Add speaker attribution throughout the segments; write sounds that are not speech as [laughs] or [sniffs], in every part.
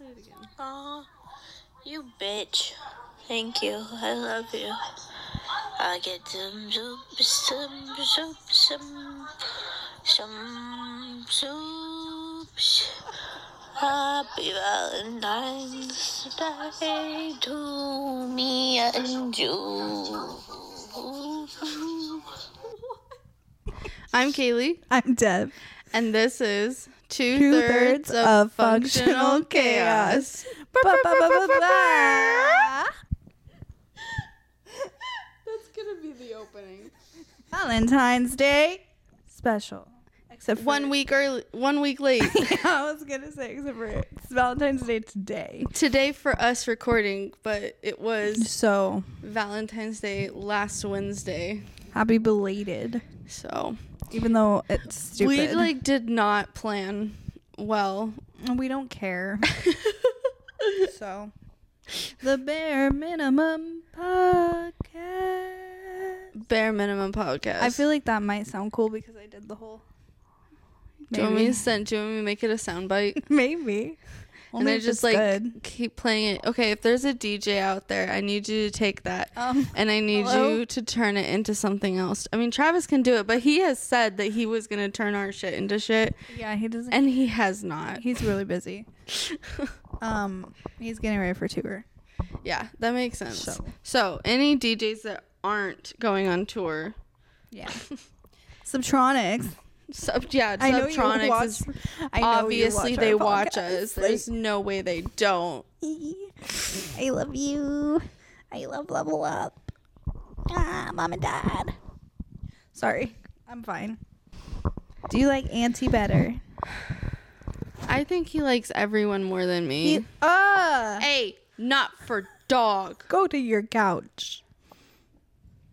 Speaker 1: it again.
Speaker 2: Aw, you bitch. Thank you. I love you. I get some soup, some soup, some, some soups. Happy Valentine's Day to me and you.
Speaker 1: I'm Kaylee,
Speaker 3: I'm Deb.
Speaker 1: and this is two,
Speaker 3: Two
Speaker 1: thirds, of, functional chaos. That's gonna be the opening.
Speaker 3: Valentine's Day special. Except for
Speaker 1: One week early, one week late.
Speaker 3: [laughs] I was gonna say, except for it's Valentine's Day today.
Speaker 1: Today for us recording, but it was
Speaker 3: So
Speaker 1: Valentine's Day last Wednesday,
Speaker 3: happy belated,
Speaker 1: so
Speaker 3: even though it's stupid.
Speaker 1: we like did not plan
Speaker 3: [laughs]
Speaker 1: well.
Speaker 3: we don't care. [laughs] so the bare minimum podcast.
Speaker 1: Bare minimum podcast.
Speaker 3: I feel like that might sound cool because I did the whole.
Speaker 1: Do you want me to send? Do you want me to make it a soundbite?
Speaker 3: Maybe.
Speaker 1: and
Speaker 3: Only
Speaker 1: I
Speaker 3: if
Speaker 1: just
Speaker 3: it's
Speaker 1: like
Speaker 3: good.
Speaker 1: keep playing it. Okay, if there's a DJ out there, I need you to take that.
Speaker 3: Um,
Speaker 1: and I need
Speaker 3: hello?
Speaker 1: you to turn it into something else. I mean, Travis can do it, but he has said that he was going to turn our shit into shit,
Speaker 3: Yeah, he doesn't.
Speaker 1: and he has not.
Speaker 3: he's really busy. [laughs] Um, he's getting ready for tour.
Speaker 1: yeah, that makes sense. So.
Speaker 3: So.
Speaker 1: any DJs that aren't going on tour,
Speaker 3: Yeah.
Speaker 1: [laughs]
Speaker 3: Subtronics.
Speaker 1: sub, yeah,
Speaker 3: I know you
Speaker 1: Subtronics
Speaker 3: watch-
Speaker 1: is [laughs]
Speaker 3: I know you
Speaker 1: obviously
Speaker 3: watch
Speaker 1: they
Speaker 3: our
Speaker 1: watch
Speaker 3: podcast.
Speaker 1: us. There's no way they don't.
Speaker 3: I love you. I love level up. Ah, mom and dad. Sorry, I'm fine. Do you like Auntie better?
Speaker 1: I think he likes everyone more than me.
Speaker 3: He, uh,
Speaker 1: hey, not for dog.
Speaker 3: go to your couch.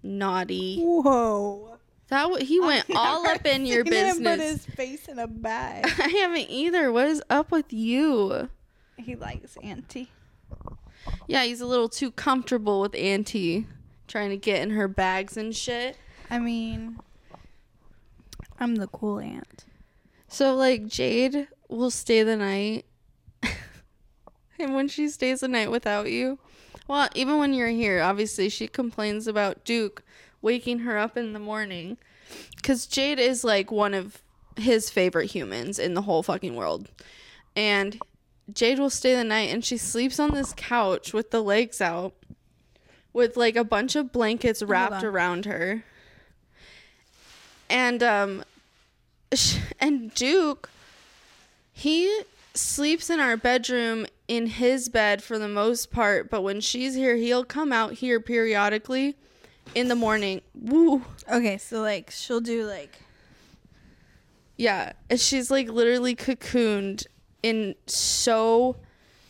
Speaker 1: Naughty.
Speaker 3: Whoa.
Speaker 1: That w- he went [laughs]
Speaker 3: [laughs]
Speaker 1: all up in your
Speaker 3: He didn't
Speaker 1: business.
Speaker 3: Put his face in a bag.
Speaker 1: [laughs] I haven't either. What is up with you?
Speaker 3: he likes Auntie.
Speaker 1: Yeah, he's a little too comfortable with Auntie trying to get in her bags and shit.
Speaker 3: I mean, I'm the cool aunt.
Speaker 1: So like Jade will stay the night. and when she stays the night without you, well, even when you're here, obviously she complains about Duke waking her up in the morning cuz Jade is like one of his favorite humans in the whole fucking world. And Jade will stay the night and she sleeps on this couch with the legs out with like a bunch of blankets wrapped
Speaker 3: on.
Speaker 1: around her. And um [laughs] sh- and Duke, he sleeps in our bedroom in his bed for the most part, but when she's here, he'll come out here periodically in the morning. Woo.
Speaker 3: Okay, so like she'll do like
Speaker 1: Yeah. And she's like literally cocooned in so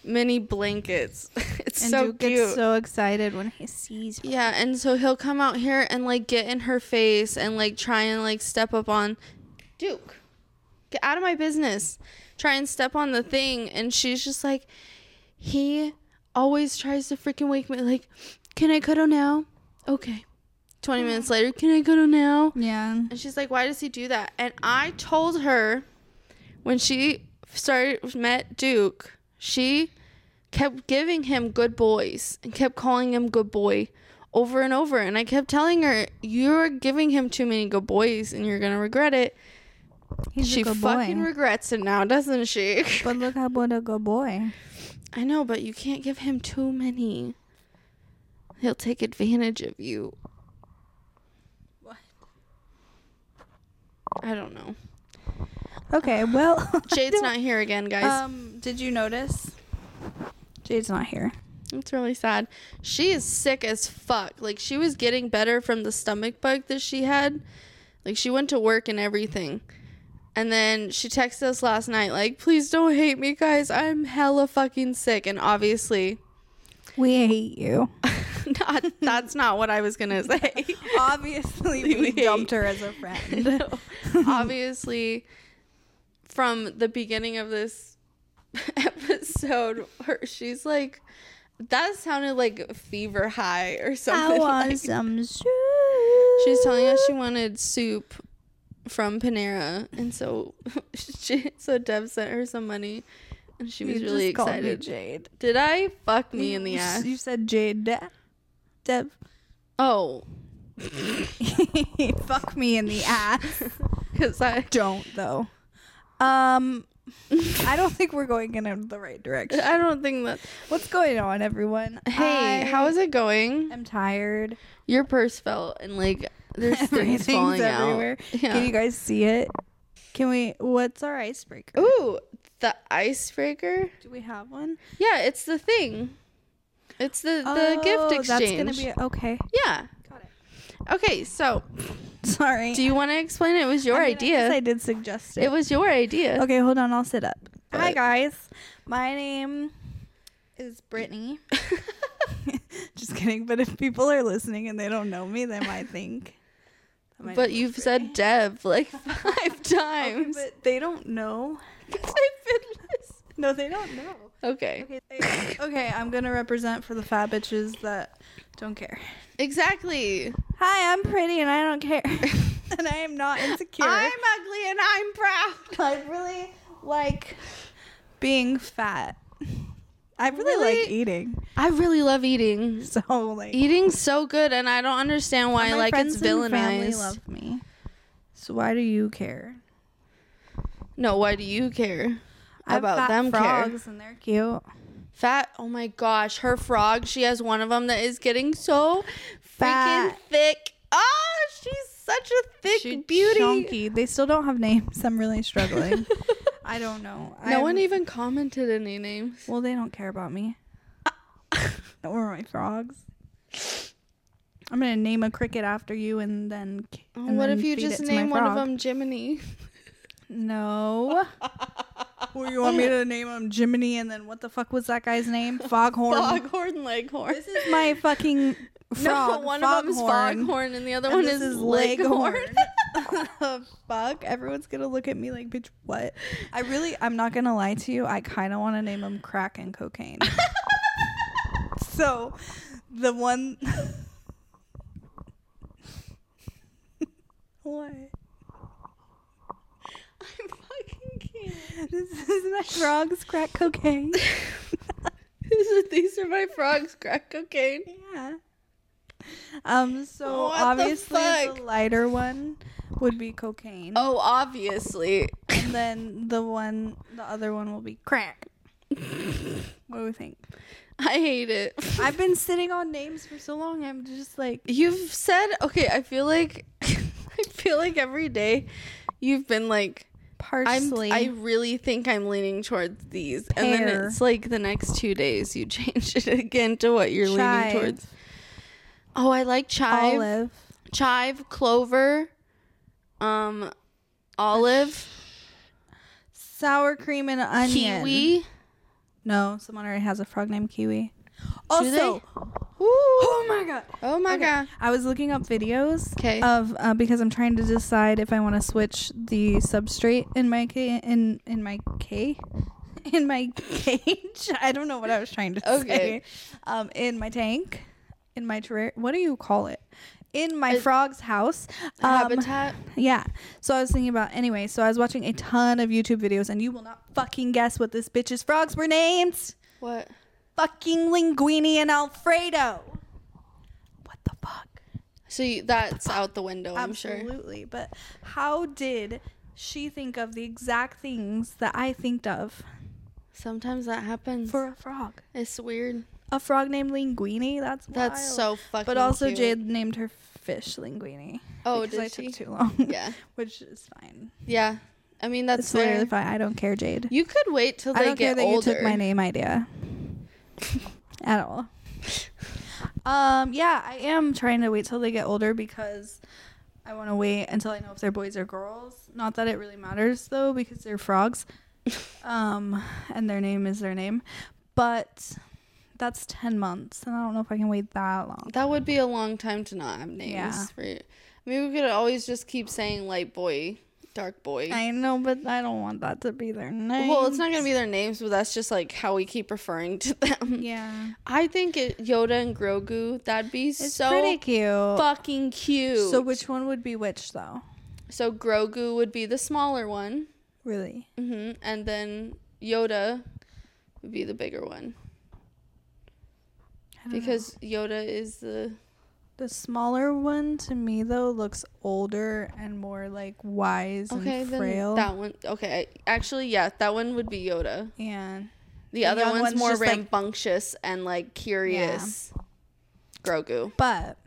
Speaker 1: many blankets. [laughs] it's
Speaker 3: and
Speaker 1: so
Speaker 3: Duke
Speaker 1: cute.
Speaker 3: gets so excited when he sees you.
Speaker 1: Yeah, and so he'll come out here and like get in her face and like try and like step up on Duke. Get out of my business. Try and step on the thing and she's just like he always tries to freaking wake me like, "Can I cuddle now?" Okay. 20 minutes later, "Can I cuddle now?"
Speaker 3: Yeah.
Speaker 1: And she's like, "Why does he do that?" And I told her when she started met Duke, she kept giving him good boys and kept calling him good boy over and over. And I kept telling her, "You're giving him too many good boys, and you're gonna regret it."
Speaker 3: He's
Speaker 1: she
Speaker 3: a good
Speaker 1: fucking
Speaker 3: boy.
Speaker 1: regrets it now, doesn't she? [laughs]
Speaker 3: but look how what a good boy.
Speaker 1: I know, but you can't give him too many. He'll take advantage of you.
Speaker 3: What?
Speaker 1: I don't know. [sighs]
Speaker 3: Okay, well
Speaker 1: Jade's not here again, guys.
Speaker 3: [laughs] Um did you notice? Jade's not here.
Speaker 1: It's really sad. She is sick as fuck. Like she was getting better from the stomach bug that she had. Like she went to work and everything. And then she texted us last night like, "Please don't hate me, guys. I'm hella fucking sick." And obviously, [laughs]
Speaker 3: We hate you.
Speaker 1: not that's not what I was going to say.
Speaker 3: Obviously
Speaker 1: We
Speaker 3: we
Speaker 1: hate-
Speaker 3: dumped her as a friend.
Speaker 1: [laughs]
Speaker 3: [laughs]
Speaker 1: No. obviously from the beginning of this [laughs] episode her, she's like that sounded like a fever high or
Speaker 3: I
Speaker 1: something [laughs]
Speaker 3: want
Speaker 1: like-
Speaker 3: some soup.
Speaker 1: She's telling us she wanted soup [laughs] from Panera, and so she, so Deb sent her some money, and she was really excited.
Speaker 3: Jade.
Speaker 1: Did I fuck me in the
Speaker 3: You s-
Speaker 1: ass?
Speaker 3: You said Jade. De-
Speaker 1: [laughs]
Speaker 3: Deb.
Speaker 1: Oh,
Speaker 3: [laughs] Fuck me
Speaker 1: [laughs]
Speaker 3: in the ass.
Speaker 1: because
Speaker 3: [laughs]
Speaker 1: I [laughs]
Speaker 3: don't though. Um, I don't think we're going in the right direction.
Speaker 1: I don't think that.
Speaker 3: What's going on, everyone?
Speaker 1: Hey,
Speaker 3: I
Speaker 1: how is it going?
Speaker 3: I'm tired.
Speaker 1: Your purse fell and like [laughs]
Speaker 3: [laughs]
Speaker 1: there's things
Speaker 3: Everything's
Speaker 1: falling
Speaker 3: everywhere.
Speaker 1: out. Yeah.
Speaker 3: Can you guys see it? Can we? What's our icebreaker?
Speaker 1: Ooh, the icebreaker.
Speaker 3: Do we have one?
Speaker 1: Yeah, it's the thing. It's the the gift
Speaker 3: Oh,
Speaker 1: exchange.
Speaker 3: That's gonna be okay.
Speaker 1: yeah.
Speaker 3: Got it.
Speaker 1: Okay, so
Speaker 3: Sorry.
Speaker 1: do you want to explain? It was your
Speaker 3: I mean, I guess
Speaker 1: idea.
Speaker 3: I, did suggest it.
Speaker 1: it was your idea.
Speaker 3: okay, hold on. I'll sit up. Hi
Speaker 1: But-
Speaker 3: guys. My name is
Speaker 1: [laughs]
Speaker 3: Brittany. [laughs] Just kidding. But if people are listening and they don't know me, they might think. that my
Speaker 1: But
Speaker 3: name is
Speaker 1: you've
Speaker 3: Brittany.
Speaker 1: said Dev
Speaker 3: [laughs]
Speaker 1: like five
Speaker 3: Okay,
Speaker 1: times. [laughs]
Speaker 3: [laughs] but they don't know. [laughs] No, they don't know.
Speaker 1: Okay.
Speaker 3: Okay, they- okay, I'm gonna represent for the fat bitches that don't care.
Speaker 1: Exactly.
Speaker 3: Hi, I'm pretty and I don't care, [laughs] and I am not insecure.
Speaker 1: ugly and I'm proud.
Speaker 3: [laughs] I really like being fat. I really, like
Speaker 1: Really?
Speaker 3: eating.
Speaker 1: I really love eating.
Speaker 3: So like,
Speaker 1: Eating's so good, and I don't understand why
Speaker 3: my
Speaker 1: like
Speaker 3: friends
Speaker 1: it's
Speaker 3: and family
Speaker 1: villainized.
Speaker 3: love me. So why do you care
Speaker 1: No, why do you care
Speaker 3: I've
Speaker 1: about
Speaker 3: fat
Speaker 1: them? Care
Speaker 3: Frogs and they're cute.
Speaker 1: fat. Oh my gosh, her frog. She has one of them that is getting so freaking
Speaker 3: Fat.
Speaker 1: thick. Oh, she's such a thick
Speaker 3: She's
Speaker 1: beauty.
Speaker 3: chunky. They still don't have names. I'm really struggling.
Speaker 1: [laughs]
Speaker 3: I don't know.
Speaker 1: No
Speaker 3: I'm-
Speaker 1: one even commented any names.
Speaker 3: Well, they don't care about me.
Speaker 1: [laughs]
Speaker 3: or my frogs. I'm gonna name a cricket after you, and then. k-
Speaker 1: Oh,
Speaker 3: and
Speaker 1: what
Speaker 3: then
Speaker 1: if you
Speaker 3: feed it
Speaker 1: just
Speaker 3: to my
Speaker 1: name one of
Speaker 3: frog.
Speaker 1: them
Speaker 3: [laughs]
Speaker 1: Jiminy? [laughs]
Speaker 3: No. well, you want me to name him Jiminy, and then what the fuck was that guy's
Speaker 1: [laughs]
Speaker 3: name? Foghorn.
Speaker 1: Foghorn, [laughs] Leghorn.
Speaker 3: This is my fucking frog.
Speaker 1: [laughs] no, one of
Speaker 3: foghorn.
Speaker 1: them's Foghorn and the other
Speaker 3: and
Speaker 1: one
Speaker 3: this
Speaker 1: is, Leghorn. [laughs]
Speaker 3: [laughs] Uh, Fuck! Everyone's gonna look at me like, bitch. What? I really, I'm not gonna lie to you. I kind of want to name him crack and cocaine. [laughs] so, the one. [laughs] what?
Speaker 1: I fucking can't.
Speaker 3: This is my frog's crack cocaine.
Speaker 1: These are, [laughs] these are my frogs, crack cocaine.
Speaker 3: yeah. Um. So
Speaker 1: What the
Speaker 3: obviously, the,
Speaker 1: fuck?
Speaker 3: lighter one would be cocaine,
Speaker 1: Oh, obviously.
Speaker 3: and then the one, the other one will be crack. what do we think?
Speaker 1: I hate it.
Speaker 3: I've been sitting on names for so long. I'm just like,
Speaker 1: [laughs] You've said, okay, I feel like, [laughs] I feel like every day you've been like, I'm,
Speaker 3: parsley.
Speaker 1: I really think I'm leaning towards these. And then
Speaker 3: Pear.
Speaker 1: it's like the next two days you [laughs] change it again to what you're
Speaker 3: Chive.
Speaker 1: leaning towards. Oh, I like chive.
Speaker 3: olive.
Speaker 1: chive, clover, um, olive,
Speaker 3: Sour cream and onion.
Speaker 1: kiwi.
Speaker 3: No, someone already has a frog named Kiwi. Also,
Speaker 1: they?
Speaker 3: oh my god.
Speaker 1: Oh my
Speaker 3: Okay,
Speaker 1: god.
Speaker 3: I was looking up videos
Speaker 1: 'Kay.
Speaker 3: of uh, because I'm trying to decide if I want to switch the substrate in my ca- in in my K [laughs] in my cage. [laughs] I don't know what I was trying to
Speaker 1: Okay.
Speaker 3: say. Um, in my tank, in my terrarium. What do you call it? In my frog's house. Um,
Speaker 1: Uh, Habitat.
Speaker 3: Yeah. So I was thinking about anyway. So I was watching a ton of YouTube videos, and you will not fucking guess what this bitch's frogs were named.
Speaker 1: What?
Speaker 3: Fucking linguine and Alfredo. What the fuck?
Speaker 1: So you, that's out the window, I'm sure.
Speaker 3: Absolutely. But how did she think of the exact things that I think of
Speaker 1: Sometimes that happens.
Speaker 3: for a frog?
Speaker 1: it's weird.
Speaker 3: A frog named Linguini. That's
Speaker 1: That's
Speaker 3: wild.
Speaker 1: so fucking
Speaker 3: But also,
Speaker 1: cute.
Speaker 3: Jade named her fish Linguini.
Speaker 1: Oh,
Speaker 3: because
Speaker 1: did
Speaker 3: I
Speaker 1: she?
Speaker 3: took too long.
Speaker 1: Yeah.
Speaker 3: [laughs] which is fine.
Speaker 1: Yeah. I mean,
Speaker 3: It's
Speaker 1: that's
Speaker 3: literally
Speaker 1: fair.
Speaker 3: fine. I don't care, Jade.
Speaker 1: You could wait till
Speaker 3: I
Speaker 1: they
Speaker 3: don't care
Speaker 1: get
Speaker 3: that
Speaker 1: older.
Speaker 3: you took my name idea [laughs] at all. Um, yeah, I am trying to wait till they get older because I want to wait until I know if they're boys or girls. Not that it really matters though, because they're [laughs] frogs, um, and their name is their name. But that's ten months, and I don't know if I can wait that long.
Speaker 1: That would be a long time to not have names.
Speaker 3: Yeah.
Speaker 1: For you. I mean, we could always just keep saying light boy, dark boy.
Speaker 3: I know, but I don't want that to be their name.
Speaker 1: well, it's not gonna be their names, but that's just like how we keep referring to them.
Speaker 3: Yeah,
Speaker 1: I think it, Yoda and Grogu. That'd be
Speaker 3: it's
Speaker 1: so
Speaker 3: pretty cute.
Speaker 1: fucking cute.
Speaker 3: So which one would be which though?
Speaker 1: So Grogu would be the smaller one,
Speaker 3: Really?
Speaker 1: hmm and then Yoda would be the bigger one
Speaker 3: I don't know.
Speaker 1: because Yoda is the
Speaker 3: the smaller one to me though looks older and more like wise
Speaker 1: okay.
Speaker 3: and
Speaker 1: Then
Speaker 3: frail.
Speaker 1: that one. Okay, actually, yeah, that one would be Yoda.
Speaker 3: and
Speaker 1: The,
Speaker 3: The
Speaker 1: other
Speaker 3: young
Speaker 1: one's,
Speaker 3: one's
Speaker 1: more
Speaker 3: just, like-
Speaker 1: rambunctious and like curious. Grogu,
Speaker 3: but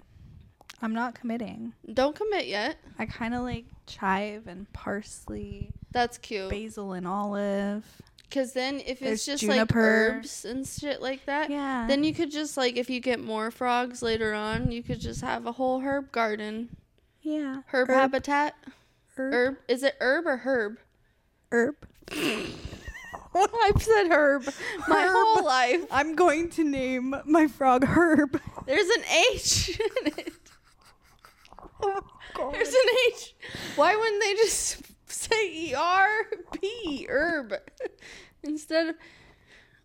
Speaker 3: I'm not committing.
Speaker 1: don't commit yet.
Speaker 3: I kind of like chive and parsley,
Speaker 1: That's cute.
Speaker 3: basil and olive.
Speaker 1: Because then if it's
Speaker 3: There's
Speaker 1: just
Speaker 3: juniper.
Speaker 1: like herbs and shit like that,
Speaker 3: Yeah.
Speaker 1: then you could just like if you get more frogs later on, you could just have a whole herb garden,
Speaker 3: yeah.
Speaker 1: herb,
Speaker 3: herb,
Speaker 1: habitat.
Speaker 3: herb, herb.
Speaker 1: Herb is it herb or herb?
Speaker 3: [laughs] I've said herb
Speaker 1: [laughs] My whole
Speaker 3: life. I'm going to name my frog herb. [laughs]
Speaker 1: There's an H in it.
Speaker 3: Oh, God.
Speaker 1: There's an H. Why wouldn't they just [laughs] say ERB, herb, instead of.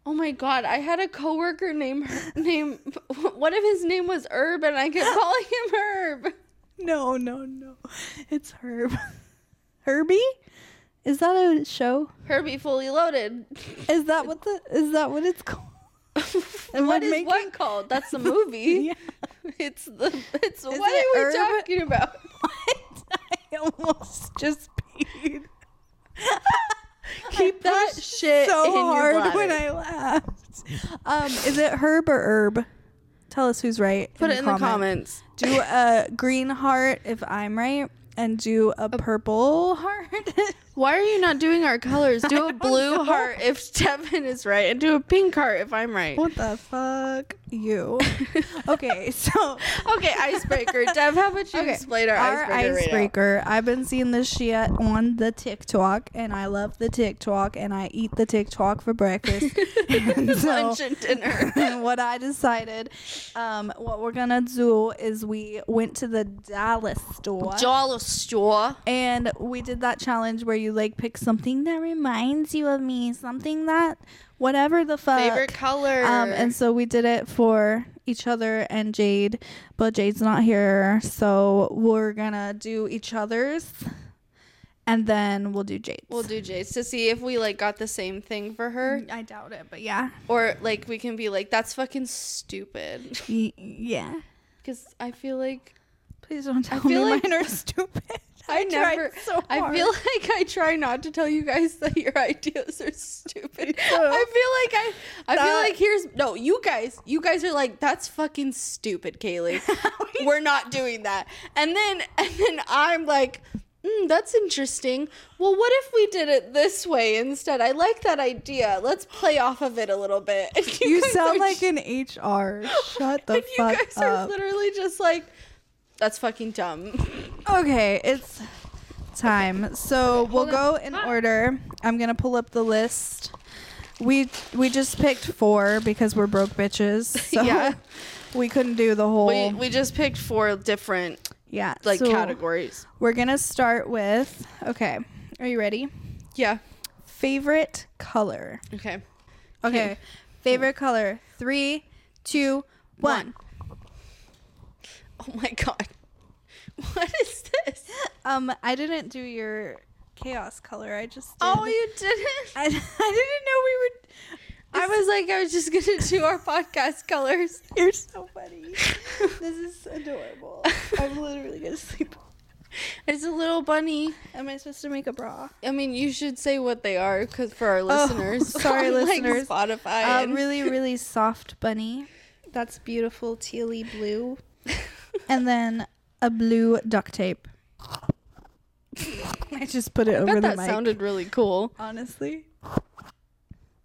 Speaker 1: Oh my god, I had a coworker named name [laughs] what if his name was Herb and I kept calling him Herb?
Speaker 3: No, no, no. It's herb. [laughs] Herbie? Is that a show?
Speaker 1: Herbie fully [laughs] loaded.
Speaker 3: Is that what the is that what
Speaker 1: [laughs]
Speaker 3: it's called? Am I
Speaker 1: what is
Speaker 3: making-
Speaker 1: what called? That's [laughs] the movie.
Speaker 3: Yeah.
Speaker 1: It's the it's what
Speaker 3: it
Speaker 1: are we
Speaker 3: herb?
Speaker 1: talking about?
Speaker 3: [laughs] What? I almost just
Speaker 1: [laughs]
Speaker 3: peed.
Speaker 1: [laughs] Keep that
Speaker 3: pushed
Speaker 1: shit
Speaker 3: so
Speaker 1: in your
Speaker 3: hard when
Speaker 1: bladder.
Speaker 3: I laughed. Um, is it herb or herb? Tell us who's right.
Speaker 1: Put it in the
Speaker 3: comment.
Speaker 1: comments.
Speaker 3: Do a green heart if I'm right, and do a purple heart. [laughs]
Speaker 1: Why are you not doing our colors? [laughs] Do a
Speaker 3: don't
Speaker 1: blue
Speaker 3: know.
Speaker 1: heart if [laughs] Devin is right, and do a pink heart if I'm right.
Speaker 3: what the fuck,
Speaker 1: [laughs]
Speaker 3: you? okay, so
Speaker 1: Okay, [laughs] icebreaker. Dev, how about you
Speaker 3: Okay,
Speaker 1: explain our,
Speaker 3: our
Speaker 1: icebreaker? right now?
Speaker 3: icebreaker. I've been seeing this shit on the TikTok, and I love the TikTok, and I eat the TikTok
Speaker 1: [laughs]
Speaker 3: for breakfast. And
Speaker 1: [laughs]
Speaker 3: so-
Speaker 1: Lunch and dinner. [laughs]
Speaker 3: [laughs] what I decided, um, what we're gonna do is we went to the Dallas store.
Speaker 1: Dollar store.
Speaker 3: and we did that challenge where you like pick something that reminds you of me, something that, whatever the fuck.
Speaker 1: Favorite color.
Speaker 3: Um, and so we did it for each other and Jade, but Jade's not here, so we're gonna do each other's, and then we'll do Jade's.
Speaker 1: we'll do Jade's to see if we like got the same thing for her,
Speaker 3: I doubt it, but yeah,
Speaker 1: or like we can be like, "That's fucking stupid," [laughs]
Speaker 3: Y- yeah.
Speaker 1: because I feel like
Speaker 3: Please don't tell
Speaker 1: feel
Speaker 3: me
Speaker 1: like-
Speaker 3: mine [laughs] are stupid.
Speaker 1: I,
Speaker 3: tried
Speaker 1: never.
Speaker 3: so
Speaker 1: I
Speaker 3: hard.
Speaker 1: feel [laughs] like I try not to tell you guys that your [laughs] ideas are stupid. I
Speaker 3: too.
Speaker 1: feel like I. I feel
Speaker 3: That-
Speaker 1: like here's no. You guys. You guys are like that's fucking stupid,
Speaker 3: [laughs]
Speaker 1: Kaylee. [laughs] We're not doing that. And then [laughs] and then I'm like. Mm, that's interesting. Well, what if we did it this way instead? I like that idea. Let's play off of it a little bit. [laughs] And
Speaker 3: [laughs] You
Speaker 1: guys
Speaker 3: sound
Speaker 1: are
Speaker 3: like
Speaker 1: sh-
Speaker 3: an [laughs] HR. Shut the
Speaker 1: and you
Speaker 3: fuck
Speaker 1: guys are
Speaker 3: up.
Speaker 1: literally just like, that's fucking dumb.
Speaker 3: [laughs] okay, it's time. So we'll
Speaker 1: hold
Speaker 3: go
Speaker 1: on.
Speaker 3: in order. I'm gonna pull up the list. We we just picked four because we're broke bitches.
Speaker 1: [laughs]
Speaker 3: So
Speaker 1: Yeah.
Speaker 3: [laughs] we couldn't do the whole
Speaker 1: We we just picked four different
Speaker 3: yeah
Speaker 1: like
Speaker 3: so
Speaker 1: categories.
Speaker 3: We're gonna start with okay. Are you ready?
Speaker 1: Yeah.
Speaker 3: Favorite color.
Speaker 1: Okay.
Speaker 3: Okay. Favorite color. Three, two, one.
Speaker 1: One. Oh my [laughs] god. What is this?
Speaker 3: Um, I didn't do your chaos color. I just did.
Speaker 1: Oh, you didn't.
Speaker 3: [laughs] I, I didn't know
Speaker 1: I was like, I was just gonna do our podcast colors.
Speaker 3: we were. You're so funny. this is [laughs] adorable. I'm literally gonna sleep.
Speaker 1: It's a little bunny.
Speaker 3: Am I supposed to make a bra?
Speaker 1: I mean, you should say what they are, because for our
Speaker 3: Oh,
Speaker 1: listeners,
Speaker 3: [laughs] sorry,
Speaker 1: on, [laughs] like,
Speaker 3: listeners.
Speaker 1: Spotify.
Speaker 3: A
Speaker 1: and- [laughs]
Speaker 3: Um, really, really soft bunny. That's beautiful tealy
Speaker 1: [laughs]
Speaker 3: blue. And then a blue duct tape. I just put it
Speaker 1: I
Speaker 3: over
Speaker 1: bet
Speaker 3: the
Speaker 1: that
Speaker 3: mic.
Speaker 1: sounded really cool.
Speaker 3: Honestly,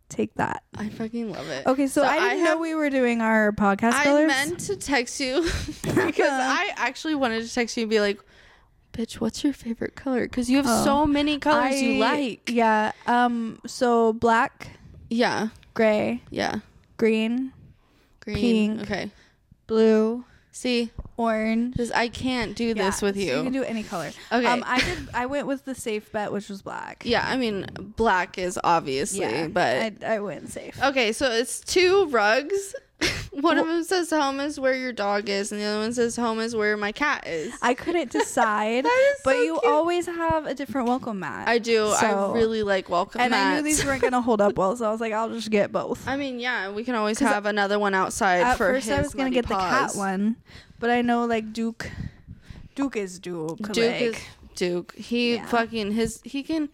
Speaker 3: take that.
Speaker 1: I fucking love it.
Speaker 3: Okay, so, I didn't know we were doing our podcast
Speaker 1: I
Speaker 3: colors.
Speaker 1: meant [laughs] to text you
Speaker 3: [laughs]
Speaker 1: because I actually wanted to text you and be like, "Bitch, what's your favorite color?" Because you have
Speaker 3: Oh.
Speaker 1: so many colors you
Speaker 3: I-
Speaker 1: like.
Speaker 3: Yeah. Um. So black,
Speaker 1: Yeah,
Speaker 3: gray,
Speaker 1: yeah,
Speaker 3: green,
Speaker 1: green.
Speaker 3: Pink.
Speaker 1: Okay.
Speaker 3: blue,
Speaker 1: See,
Speaker 3: orange.
Speaker 1: this I can't do
Speaker 3: Yeah,
Speaker 1: this with
Speaker 3: so
Speaker 1: you.
Speaker 3: You can do any color.
Speaker 1: Okay.
Speaker 3: Um. I did. I went with the safe bet, which was
Speaker 1: [laughs]
Speaker 3: black.
Speaker 1: yeah, I mean, black is obviously, but Oh.
Speaker 3: I, I went safe.
Speaker 1: okay. So it's two rugs. [laughs] One of them says home is where your dog is, and the other one says home is where my cat is. I, [laughs]
Speaker 3: I couldn't decide,
Speaker 1: That is
Speaker 3: but
Speaker 1: so
Speaker 3: you
Speaker 1: cute.
Speaker 3: always have a different welcome mat.
Speaker 1: do. I
Speaker 3: So-
Speaker 1: really like welcome
Speaker 3: and I knew
Speaker 1: mats.
Speaker 3: these weren't gonna hold up well, so I was like, I'll just get both.
Speaker 1: I mean, yeah, we can always
Speaker 3: 'Cause
Speaker 1: have another one outside
Speaker 3: At
Speaker 1: for
Speaker 3: first,
Speaker 1: his
Speaker 3: I was gonna
Speaker 1: muddy
Speaker 3: get the
Speaker 1: paws.
Speaker 3: cat one, but I know like Duke, Duke is Duke.
Speaker 1: Duke
Speaker 3: like,
Speaker 1: is Duke. He
Speaker 3: Yeah.
Speaker 1: fucking his he can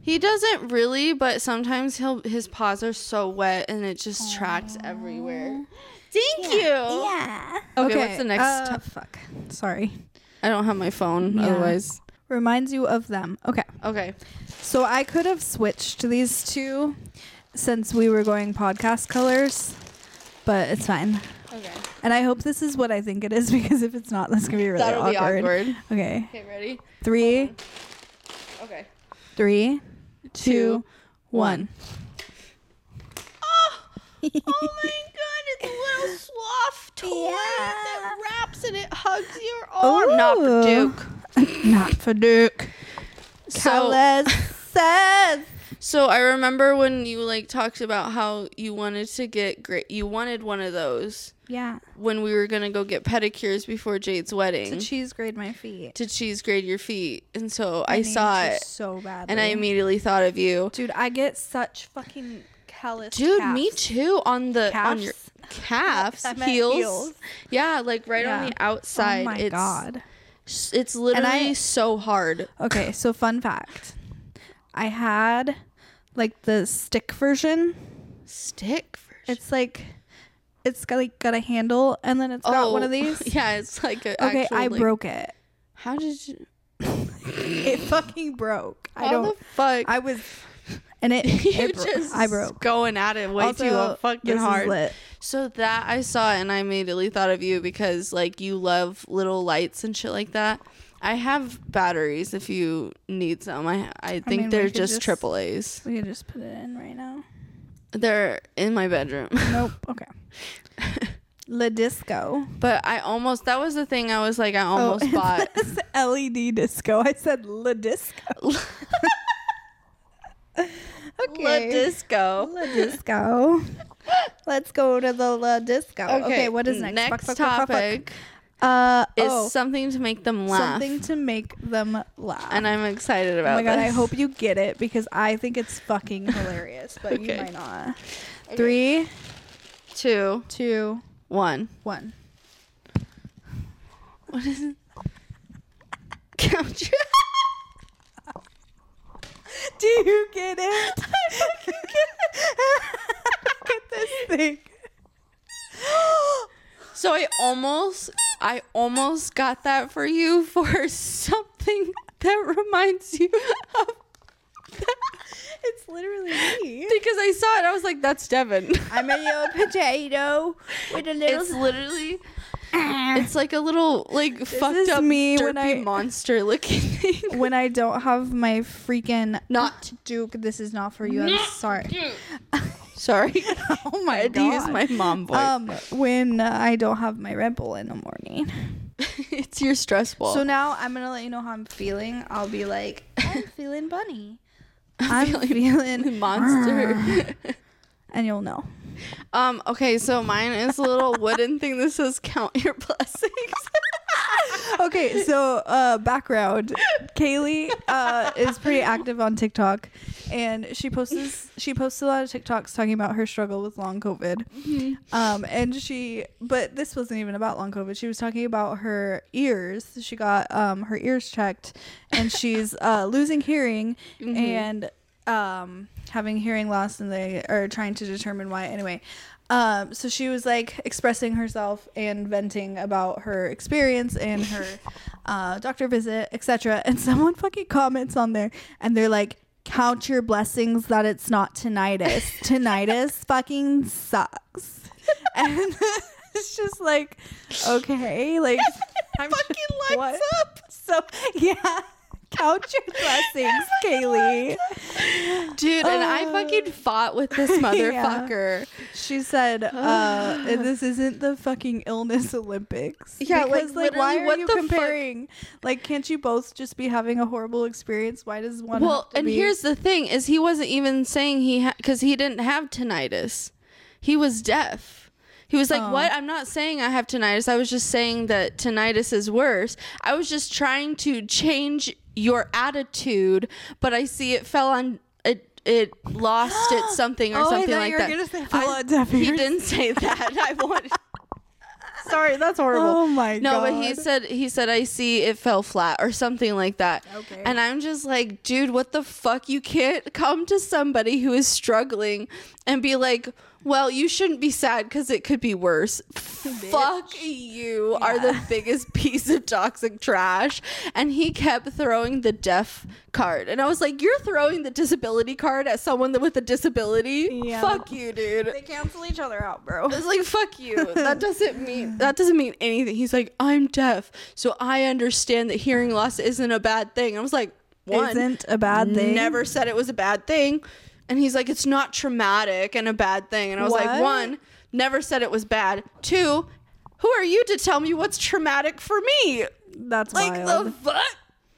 Speaker 1: he doesn't really, but sometimes he'll his paws are so wet and it just tracks everywhere. Thank you.
Speaker 3: yeah.
Speaker 1: Okay, what's the next
Speaker 3: Uh,
Speaker 1: to-
Speaker 3: fuck. Sorry.
Speaker 1: I don't have my phone
Speaker 3: Yeah.
Speaker 1: otherwise.
Speaker 3: Reminds you of them. Okay.
Speaker 1: Okay.
Speaker 3: So I could have switched these two since we were going podcast colors, but it's fine.
Speaker 1: Okay.
Speaker 3: And I hope this is what I think it is [laughs] because if it's not, that's gonna be really
Speaker 1: That'll
Speaker 3: awkward.
Speaker 1: be awkward.
Speaker 3: Okay.
Speaker 1: Okay, ready?
Speaker 3: Three,
Speaker 1: Okay.
Speaker 3: three,
Speaker 1: Two.
Speaker 3: two, one.
Speaker 1: Oh, oh my god, it's a little
Speaker 3: [laughs]
Speaker 1: sloth toy that wraps and it hugs your arm. Not for
Speaker 3: Ooh.
Speaker 1: Duke.
Speaker 3: [laughs] Not for Duke. Calais
Speaker 1: [laughs]
Speaker 3: says.
Speaker 1: So I remember when you like talked about how you wanted to get great you wanted one of those
Speaker 3: Yeah.
Speaker 1: when we were gonna go get pedicures before Jade's wedding
Speaker 3: cheese grade my feet.
Speaker 1: to cheese grade your feet. And so I, saw it
Speaker 3: so badly.
Speaker 1: and I immediately thought of you.
Speaker 3: dude, I get such fucking callous.
Speaker 1: Dude, me too on the on your
Speaker 3: Calves?
Speaker 1: calves,
Speaker 3: [laughs] I meant
Speaker 1: heels.
Speaker 3: heels.
Speaker 1: Yeah, like right
Speaker 3: Yeah.
Speaker 1: on the outside.
Speaker 3: Oh my
Speaker 1: it's
Speaker 3: god.
Speaker 1: it's literally
Speaker 3: I-
Speaker 1: so hard.
Speaker 3: Okay, so fun fact. I had like the stick version.
Speaker 1: Stick version.
Speaker 3: It's like it's got like got a handle and then it's
Speaker 1: [laughs]
Speaker 3: got one of these.
Speaker 1: Oh, Yeah, it's like a
Speaker 3: Okay,
Speaker 1: actual,
Speaker 3: I
Speaker 1: like-
Speaker 3: broke it.
Speaker 1: How did you [clears throat]
Speaker 3: It fucking broke. I
Speaker 1: how
Speaker 3: don't
Speaker 1: the fuck
Speaker 3: I was and
Speaker 1: [laughs]
Speaker 3: it,
Speaker 1: you
Speaker 3: it bro-
Speaker 1: just
Speaker 3: I broke.
Speaker 1: going at it way
Speaker 3: Also,
Speaker 1: too
Speaker 3: this
Speaker 1: fucking
Speaker 3: is
Speaker 1: hard.
Speaker 3: lit.
Speaker 1: So that I saw and I immediately thought of you because like you love little lights and shit like that. I have batteries if you need some. I I think
Speaker 3: mean, we
Speaker 1: they're
Speaker 3: could
Speaker 1: just
Speaker 3: just-
Speaker 1: triple A's.
Speaker 3: We could just put it in right now.
Speaker 1: They're in my bedroom.
Speaker 3: Nope. Okay. Le disco.
Speaker 1: [laughs] but I almost that was the thing I was like I
Speaker 3: Oh.
Speaker 1: almost
Speaker 3: [laughs]
Speaker 1: bought.
Speaker 3: It's LED E disco. I said
Speaker 1: [laughs]
Speaker 3: le disco. Okay.
Speaker 1: Le disco.
Speaker 3: Le disco. Let's go to the le disco. Okay. what is next? Fuck,
Speaker 1: Next
Speaker 3: fuck, fuck, fuck, fuck.
Speaker 1: topic
Speaker 3: Uh,
Speaker 1: is
Speaker 3: oh,
Speaker 1: something to make them laugh.
Speaker 3: something to make them laugh.
Speaker 1: and I'm excited
Speaker 3: oh
Speaker 1: about
Speaker 3: my god, I
Speaker 1: this.
Speaker 3: hope you get it because I think it's
Speaker 1: [laughs]
Speaker 3: fucking hilarious, but you
Speaker 1: Okay.
Speaker 3: might not. Three,
Speaker 1: Two,
Speaker 3: two,
Speaker 1: one.
Speaker 3: one.
Speaker 1: What is it? [laughs] Couch.
Speaker 3: Do you get it? [laughs] I fucking get [laughs] it. Look at this thing.
Speaker 1: so I almost, I almost got that for you for [laughs] something that reminds you of
Speaker 3: [gasps]
Speaker 1: [laughs]
Speaker 3: it's literally me.
Speaker 1: because I saw it. I was like, that's Devin.
Speaker 3: [laughs] I'm a little potato with a little.
Speaker 1: [laughs] It's literally, it's like a little like
Speaker 3: is
Speaker 1: fucked up
Speaker 3: me
Speaker 1: derpy
Speaker 3: when I-
Speaker 1: monster looking thing. [laughs]
Speaker 3: when I don't have my freaking
Speaker 1: Not
Speaker 3: Duke, this is not for you. I'm sorry.
Speaker 1: sorry.
Speaker 3: [laughs] Oh
Speaker 1: I
Speaker 3: my
Speaker 1: had to use my mom voice.
Speaker 3: Um, when uh, I don't have my Red Bull in the morning.
Speaker 1: [laughs] it's your stress ball.
Speaker 3: So now I'm gonna let you know how I'm feeling. I'll be like, I'm feeling bunny. [laughs] I'm
Speaker 1: [laughs]
Speaker 3: feeling
Speaker 1: monster.
Speaker 3: and you'll know.
Speaker 1: Um, okay, so mine is a little wooden thing that says count your blessings. [laughs]
Speaker 3: [laughs] okay, so uh, background: Kaylee uh, is pretty active on TikTok, and she posts she posts a lot of TikToks talking about her struggle with long COVID. Um, and she, but this wasn't even about long COVID. She was talking about her ears. She got um, her ears checked, and she's uh, losing hearing and um, having hearing loss, and they are trying to determine why. Anyway, um, so she was like expressing herself and venting about her experience
Speaker 1: [laughs]
Speaker 3: and her uh, doctor visit, etc. And [laughs] someone fucking comments on there, and they're like, "Count your blessings that it's not tinnitus.
Speaker 1: [laughs]
Speaker 3: tinnitus fucking sucks." And [laughs] it's just like,
Speaker 1: [laughs]
Speaker 3: okay, like I'm
Speaker 1: fucking lights
Speaker 3: up. So [laughs] yeah, count your
Speaker 1: [laughs]
Speaker 3: blessings, Kaylee.
Speaker 1: Dude, and I fucking fought with this motherfucker.
Speaker 3: She said,
Speaker 1: [sighs]
Speaker 3: uh, "This isn't the fucking illness Olympics."
Speaker 1: Yeah, like,
Speaker 3: because, like, why
Speaker 1: literally,
Speaker 3: are
Speaker 1: what
Speaker 3: you
Speaker 1: the fuck-
Speaker 3: comparing? Like, can't you both just be having a horrible experience? Why does one?
Speaker 1: Well,
Speaker 3: have to
Speaker 1: and
Speaker 3: be-
Speaker 1: here's the thing is he wasn't even saying he had cuz he didn't have tinnitus. He was deaf. He was like,
Speaker 3: Oh.
Speaker 1: "What? I'm not saying I have tinnitus. I was just saying that tinnitus is worse. I was just trying to change your attitude, but I see it fell on it. It lost
Speaker 3: [gasps]
Speaker 1: it something or
Speaker 3: Oh, I
Speaker 1: something
Speaker 3: thought
Speaker 1: like
Speaker 3: you were
Speaker 1: that.
Speaker 3: gonna say fell
Speaker 1: I-
Speaker 3: on
Speaker 1: [laughs]
Speaker 3: deaf
Speaker 1: he
Speaker 3: ears.
Speaker 1: didn't say that. [laughs] I wanted.
Speaker 3: Sorry, that's horrible. Oh my
Speaker 1: No,
Speaker 3: god.
Speaker 1: but he said he said I see it fell flat or something like that.
Speaker 3: Okay.
Speaker 1: And I'm just like, dude, what the fuck? You can't come to somebody who is struggling and be like, well, you shouldn't be sad because it could be
Speaker 3: [laughs]
Speaker 1: worse. Fuck you are the biggest [laughs] piece of toxic trash. And he kept throwing the deaf card, and I was like, you're throwing the disability card at someone with a disability.
Speaker 3: Yeah.
Speaker 1: Fuck you, dude.
Speaker 3: they cancel each other out, bro.
Speaker 1: I
Speaker 3: [laughs]
Speaker 1: was like, "Fuck you." [laughs] That doesn't mean that doesn't mean anything. He's like, "I'm deaf, so I understand that hearing loss isn't a bad thing." I was like, "One
Speaker 3: Isn't a bad thing.
Speaker 1: Never said it was a bad thing." And he's like, "It's not traumatic and a bad thing." And I was like,
Speaker 3: What?
Speaker 1: "One, never said it was bad. Two, who are you to tell me what's traumatic for me?
Speaker 3: That's
Speaker 1: Like
Speaker 3: wild.
Speaker 1: the fuck."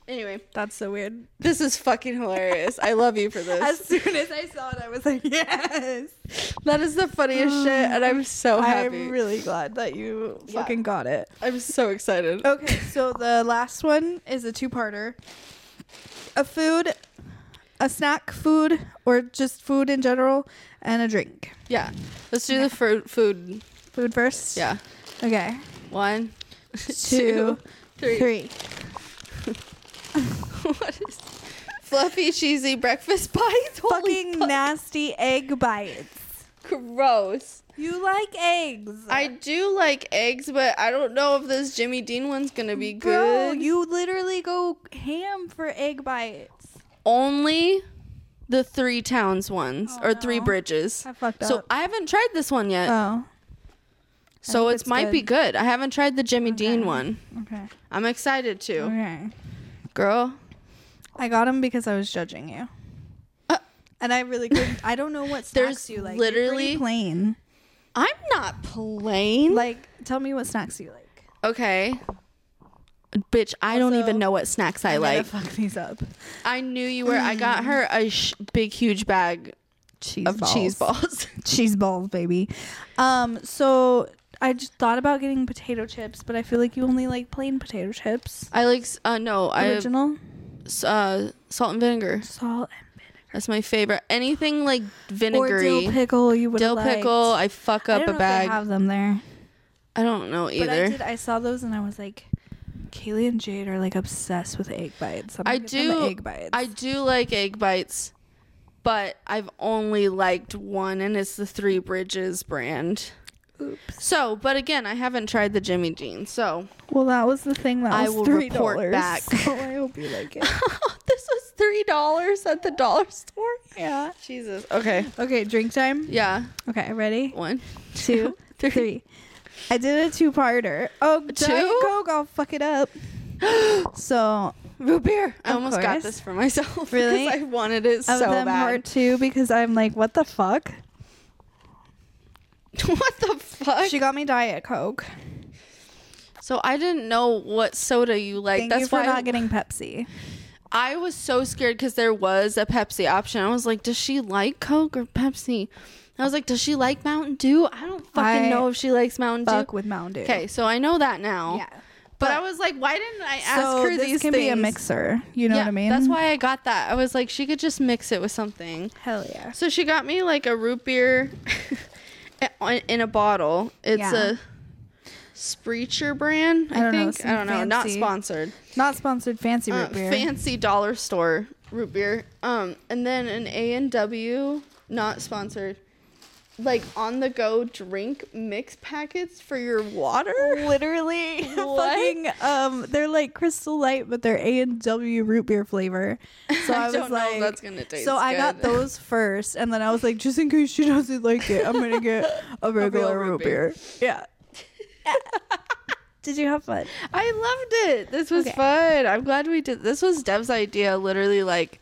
Speaker 1: Anyway,
Speaker 3: that's so weird.
Speaker 1: this is fucking hilarious. I love you [laughs] for this.
Speaker 3: As soon as I saw it, I was like, [laughs] yes.
Speaker 1: that is the funniest shit, and I'm [sighs] so happy.
Speaker 3: I'm really glad that you
Speaker 1: Yeah.
Speaker 3: fucking got it.
Speaker 1: I'm so [laughs] excited.
Speaker 3: Okay, so the last one is a two-parter. A food, a snack food, or just food in general, and a drink.
Speaker 1: Yeah. Let's do the fruit food.
Speaker 3: Food first.
Speaker 1: Yeah. [laughs]
Speaker 3: Okay.
Speaker 1: One,
Speaker 3: [laughs] Two,
Speaker 1: three.
Speaker 3: three.
Speaker 1: what is fluffy cheesy breakfast bites? Holy
Speaker 3: Fucking
Speaker 1: fuck,
Speaker 3: nasty egg bites.
Speaker 1: gross.
Speaker 3: You like eggs.
Speaker 1: I do like eggs, but I don't know if this Jimmy Dean one's gonna be
Speaker 3: Bro,
Speaker 1: good.
Speaker 3: you literally go ham for egg bites.
Speaker 1: Only the three towns ones
Speaker 3: Oh,
Speaker 1: or three
Speaker 3: no.
Speaker 1: bridges.
Speaker 3: I fucked
Speaker 1: So
Speaker 3: up.
Speaker 1: I haven't tried this one yet.
Speaker 3: Oh,
Speaker 1: so
Speaker 3: hope
Speaker 1: it
Speaker 3: it's
Speaker 1: might be good. I haven't tried the Jimmy Dean one.
Speaker 3: okay.
Speaker 1: I'm excited to.
Speaker 3: Okay.
Speaker 1: Girl,
Speaker 3: I got them because I was judging you.
Speaker 1: Uh,
Speaker 3: and I really couldn't. I don't
Speaker 1: [laughs]
Speaker 3: know what snacks
Speaker 1: There's
Speaker 3: you like. You're pretty
Speaker 1: literally-
Speaker 3: plain.
Speaker 1: I'm not playing.
Speaker 3: Like, tell me what snacks you like.
Speaker 1: Okay. Bitch, I don't
Speaker 3: Also,
Speaker 1: even know what snacks I
Speaker 3: I'm gonna
Speaker 1: like.
Speaker 3: fuck these up.
Speaker 1: I knew you were. I got her a sh- big, huge bag
Speaker 3: Cheese
Speaker 1: of cheese balls. [laughs]
Speaker 3: Cheese balls, baby. Um, so I just thought about getting potato chips, but I feel like you only like plain potato chips.
Speaker 1: I like. s- Uh, no, I have
Speaker 3: Original
Speaker 1: s- uh, salt and vinegar.
Speaker 3: salt
Speaker 1: That's my favorite. Anything like
Speaker 3: and or
Speaker 1: vinegary.
Speaker 3: dill pickle. You would
Speaker 1: Dill pickle. I fuck
Speaker 3: I
Speaker 1: up
Speaker 3: don't know
Speaker 1: a
Speaker 3: if
Speaker 1: bag.
Speaker 3: they have them there.
Speaker 1: I don't know
Speaker 3: But I
Speaker 1: either.
Speaker 3: did. I saw those and I was like, Kaylee and Jade are like obsessed with egg bites. I'm
Speaker 1: I
Speaker 3: gonna get them
Speaker 1: do-
Speaker 3: egg bites.
Speaker 1: I do like egg bites, but I've only liked one, and it's the Three Bridges brand.
Speaker 3: Oops.
Speaker 1: So, but again, I haven't tried the Jimmy Dean. So
Speaker 3: Well, that was the thing that
Speaker 1: I
Speaker 3: was
Speaker 1: will
Speaker 3: three
Speaker 1: report
Speaker 3: dollars.
Speaker 1: back.
Speaker 3: [laughs] So I hope you like
Speaker 1: [laughs]
Speaker 3: it.
Speaker 1: this was three dollars at the dollar store.
Speaker 3: yeah.
Speaker 1: Jesus. Okay.
Speaker 3: Okay, drink time.
Speaker 1: Yeah.
Speaker 3: Okay, ready?
Speaker 1: One.
Speaker 3: [laughs] Two,
Speaker 1: [laughs] three.
Speaker 3: three. I did a two-parter. Oh,
Speaker 1: Two?
Speaker 3: Diet Coke, I'll fuck
Speaker 1: [gasps]
Speaker 3: it up. so
Speaker 1: Root beer. I
Speaker 3: Of
Speaker 1: almost got
Speaker 3: course.
Speaker 1: this for myself. [laughs]
Speaker 3: Really?
Speaker 1: Because I wanted it
Speaker 3: of
Speaker 1: so
Speaker 3: them
Speaker 1: bad. [laughs]
Speaker 3: part two because I'm like, what the fuck?
Speaker 1: what the fuck?
Speaker 3: She got me Diet Coke.
Speaker 1: so I didn't know what soda you like.
Speaker 3: Thank
Speaker 1: That's
Speaker 3: you for
Speaker 1: why
Speaker 3: not getting Pepsi.
Speaker 1: I was so scared because there was a Pepsi option. I was like, does she like Coke or Pepsi? I was like, does she like Mountain Dew? I don't fucking
Speaker 3: I
Speaker 1: know if she likes Mountain
Speaker 3: Fuck
Speaker 1: Dew.
Speaker 3: with Mountain Dew.
Speaker 1: Okay, so I know that now.
Speaker 3: Yeah.
Speaker 1: But, I was like, why didn't I ask
Speaker 3: so
Speaker 1: her
Speaker 3: this
Speaker 1: these
Speaker 3: can
Speaker 1: things?
Speaker 3: be a mixer. You know
Speaker 1: yeah,
Speaker 3: what I mean?
Speaker 1: That's why I got that. I was like, she could just mix it with something.
Speaker 3: Hell yeah.
Speaker 1: So she got me like a root beer [laughs] in- in a bottle. It's
Speaker 3: Yeah.
Speaker 1: a Spreacher brand, I,
Speaker 3: I don't know,
Speaker 1: think. I
Speaker 3: some
Speaker 1: don't know. Not
Speaker 3: fancy
Speaker 1: sponsored.
Speaker 3: Not sponsored. Fancy
Speaker 1: Uh,
Speaker 3: root beer.
Speaker 1: fancy dollar store root beer. Um, and then an A and W, not sponsored. Like on the go drink mix packets for your water.
Speaker 3: literally [laughs]
Speaker 1: What?
Speaker 3: fucking um they're like crystal light but they're a and w root beer flavor
Speaker 1: [laughs]
Speaker 3: so
Speaker 1: I
Speaker 3: Oh, i, was
Speaker 1: don't know if
Speaker 3: like
Speaker 1: that's gonna taste
Speaker 3: so i got
Speaker 1: good. [laughs]
Speaker 3: those first and then i was like just in case she doesn't like it i'm gonna get
Speaker 1: [laughs]
Speaker 3: a regular
Speaker 1: root
Speaker 3: root,
Speaker 1: beer.
Speaker 3: beer. yeah [laughs] did you have fun
Speaker 1: I loved it. This was
Speaker 3: Okay.
Speaker 1: fun. I'm glad we did. This was Deb's idea, literally like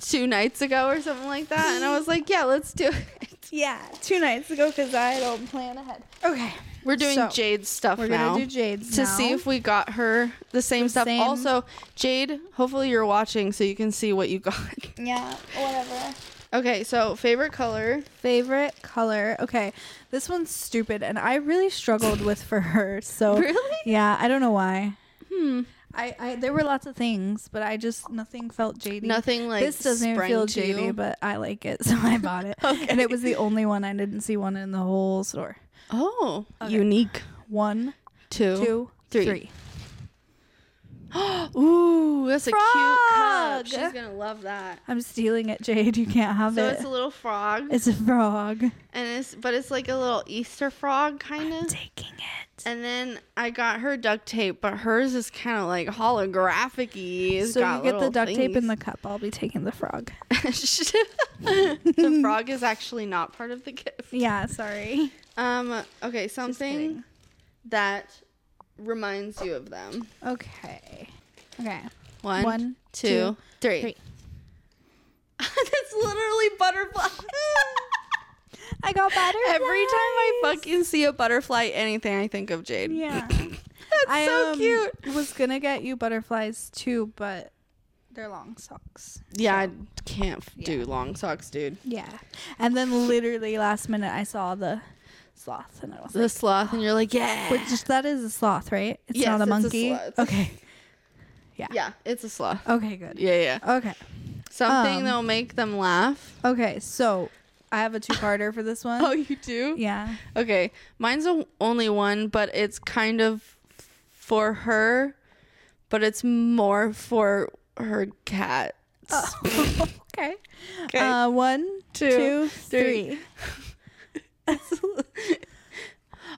Speaker 1: two nights ago or something like that. And I was like, yeah, let's do it.
Speaker 3: yeah two nights ago because i don't plan ahead okay
Speaker 1: [laughs] We're doing
Speaker 3: So,
Speaker 1: Jade's stuff
Speaker 3: we're
Speaker 1: now
Speaker 3: gonna do jade's
Speaker 1: to see
Speaker 3: now.
Speaker 1: if we got her the same stuff.
Speaker 3: same-
Speaker 1: Also, Jade, hopefully you're watching so you can see what you got. [laughs]
Speaker 3: yeah whatever
Speaker 1: Okay, so favorite color.
Speaker 3: Favorite color. Okay. This one's stupid and I really struggled with for her. So
Speaker 1: [laughs] Really?
Speaker 3: Yeah, I don't know why.
Speaker 1: Hmm.
Speaker 3: I, I there were lots of things, but I just nothing felt JD.
Speaker 1: Nothing like
Speaker 3: this doesn't even
Speaker 1: sprang
Speaker 3: feel
Speaker 1: to
Speaker 3: JD,
Speaker 1: you.
Speaker 3: but I like it, [laughs] so I bought
Speaker 1: [laughs]
Speaker 3: it. And it was the only one I didn't see one in the whole store.
Speaker 1: oh,
Speaker 3: Okay.
Speaker 1: unique.
Speaker 3: One,
Speaker 1: Two.
Speaker 3: two,
Speaker 1: three.
Speaker 3: three.
Speaker 1: Ooh, that's a cute cup.
Speaker 3: Frog.
Speaker 1: She's gonna love that.
Speaker 3: I'm stealing it, Jade. You can't have
Speaker 1: So
Speaker 3: it.
Speaker 1: it's a little frog,
Speaker 3: [laughs] It's a frog.
Speaker 1: and it's but it's like a little Easter frog kind of.
Speaker 3: Taking it.
Speaker 1: And then I got her duct tape, but hers is kind of like holographic y.
Speaker 3: so you get the duct tape in the cup. I'll be taking the frog. [laughs]
Speaker 1: [laughs] the frog is actually not part of the gift.
Speaker 3: Yeah, sorry.
Speaker 1: Um, okay, something
Speaker 3: kidding.
Speaker 1: that reminds you of them.
Speaker 3: Okay. Okay.
Speaker 1: One,
Speaker 3: One,
Speaker 1: two,
Speaker 3: two,
Speaker 1: three.
Speaker 3: three.
Speaker 1: [laughs] That's literally
Speaker 3: [laughs]
Speaker 1: butterfly.
Speaker 3: I got butter.
Speaker 1: Every time I fucking see a butterfly, anything I think of Jade.
Speaker 3: Yeah.
Speaker 1: [laughs] That's
Speaker 3: I
Speaker 1: so
Speaker 3: um,
Speaker 1: cute.
Speaker 3: was gonna get you butterflies too, but they're long socks.
Speaker 1: Yeah, I can't f- do
Speaker 3: Yeah.
Speaker 1: long socks, dude.
Speaker 3: Yeah. And then literally last minute I saw the sloth and I was like,
Speaker 1: The sloth, and you're like, yeah.
Speaker 3: Wait, just that is a sloth, right? It's
Speaker 1: Yes,
Speaker 3: not a
Speaker 1: it's a
Speaker 3: monkey.
Speaker 1: sloth.
Speaker 3: Okay.
Speaker 1: yeah, it's a sloth.
Speaker 3: Okay, good.
Speaker 1: Yeah, yeah.
Speaker 3: Okay.
Speaker 1: Something
Speaker 3: Um,
Speaker 1: that'll make them laugh. [laughs] Oh,
Speaker 3: Okay, so I have a two parter for this one.
Speaker 1: you do?
Speaker 3: Yeah.
Speaker 1: Okay, mine's a, only one, but it's kind of for her, but it's more for her cat. [laughs]
Speaker 3: [laughs] okay. Uh one,
Speaker 1: Two,
Speaker 3: two,
Speaker 1: three.
Speaker 3: three.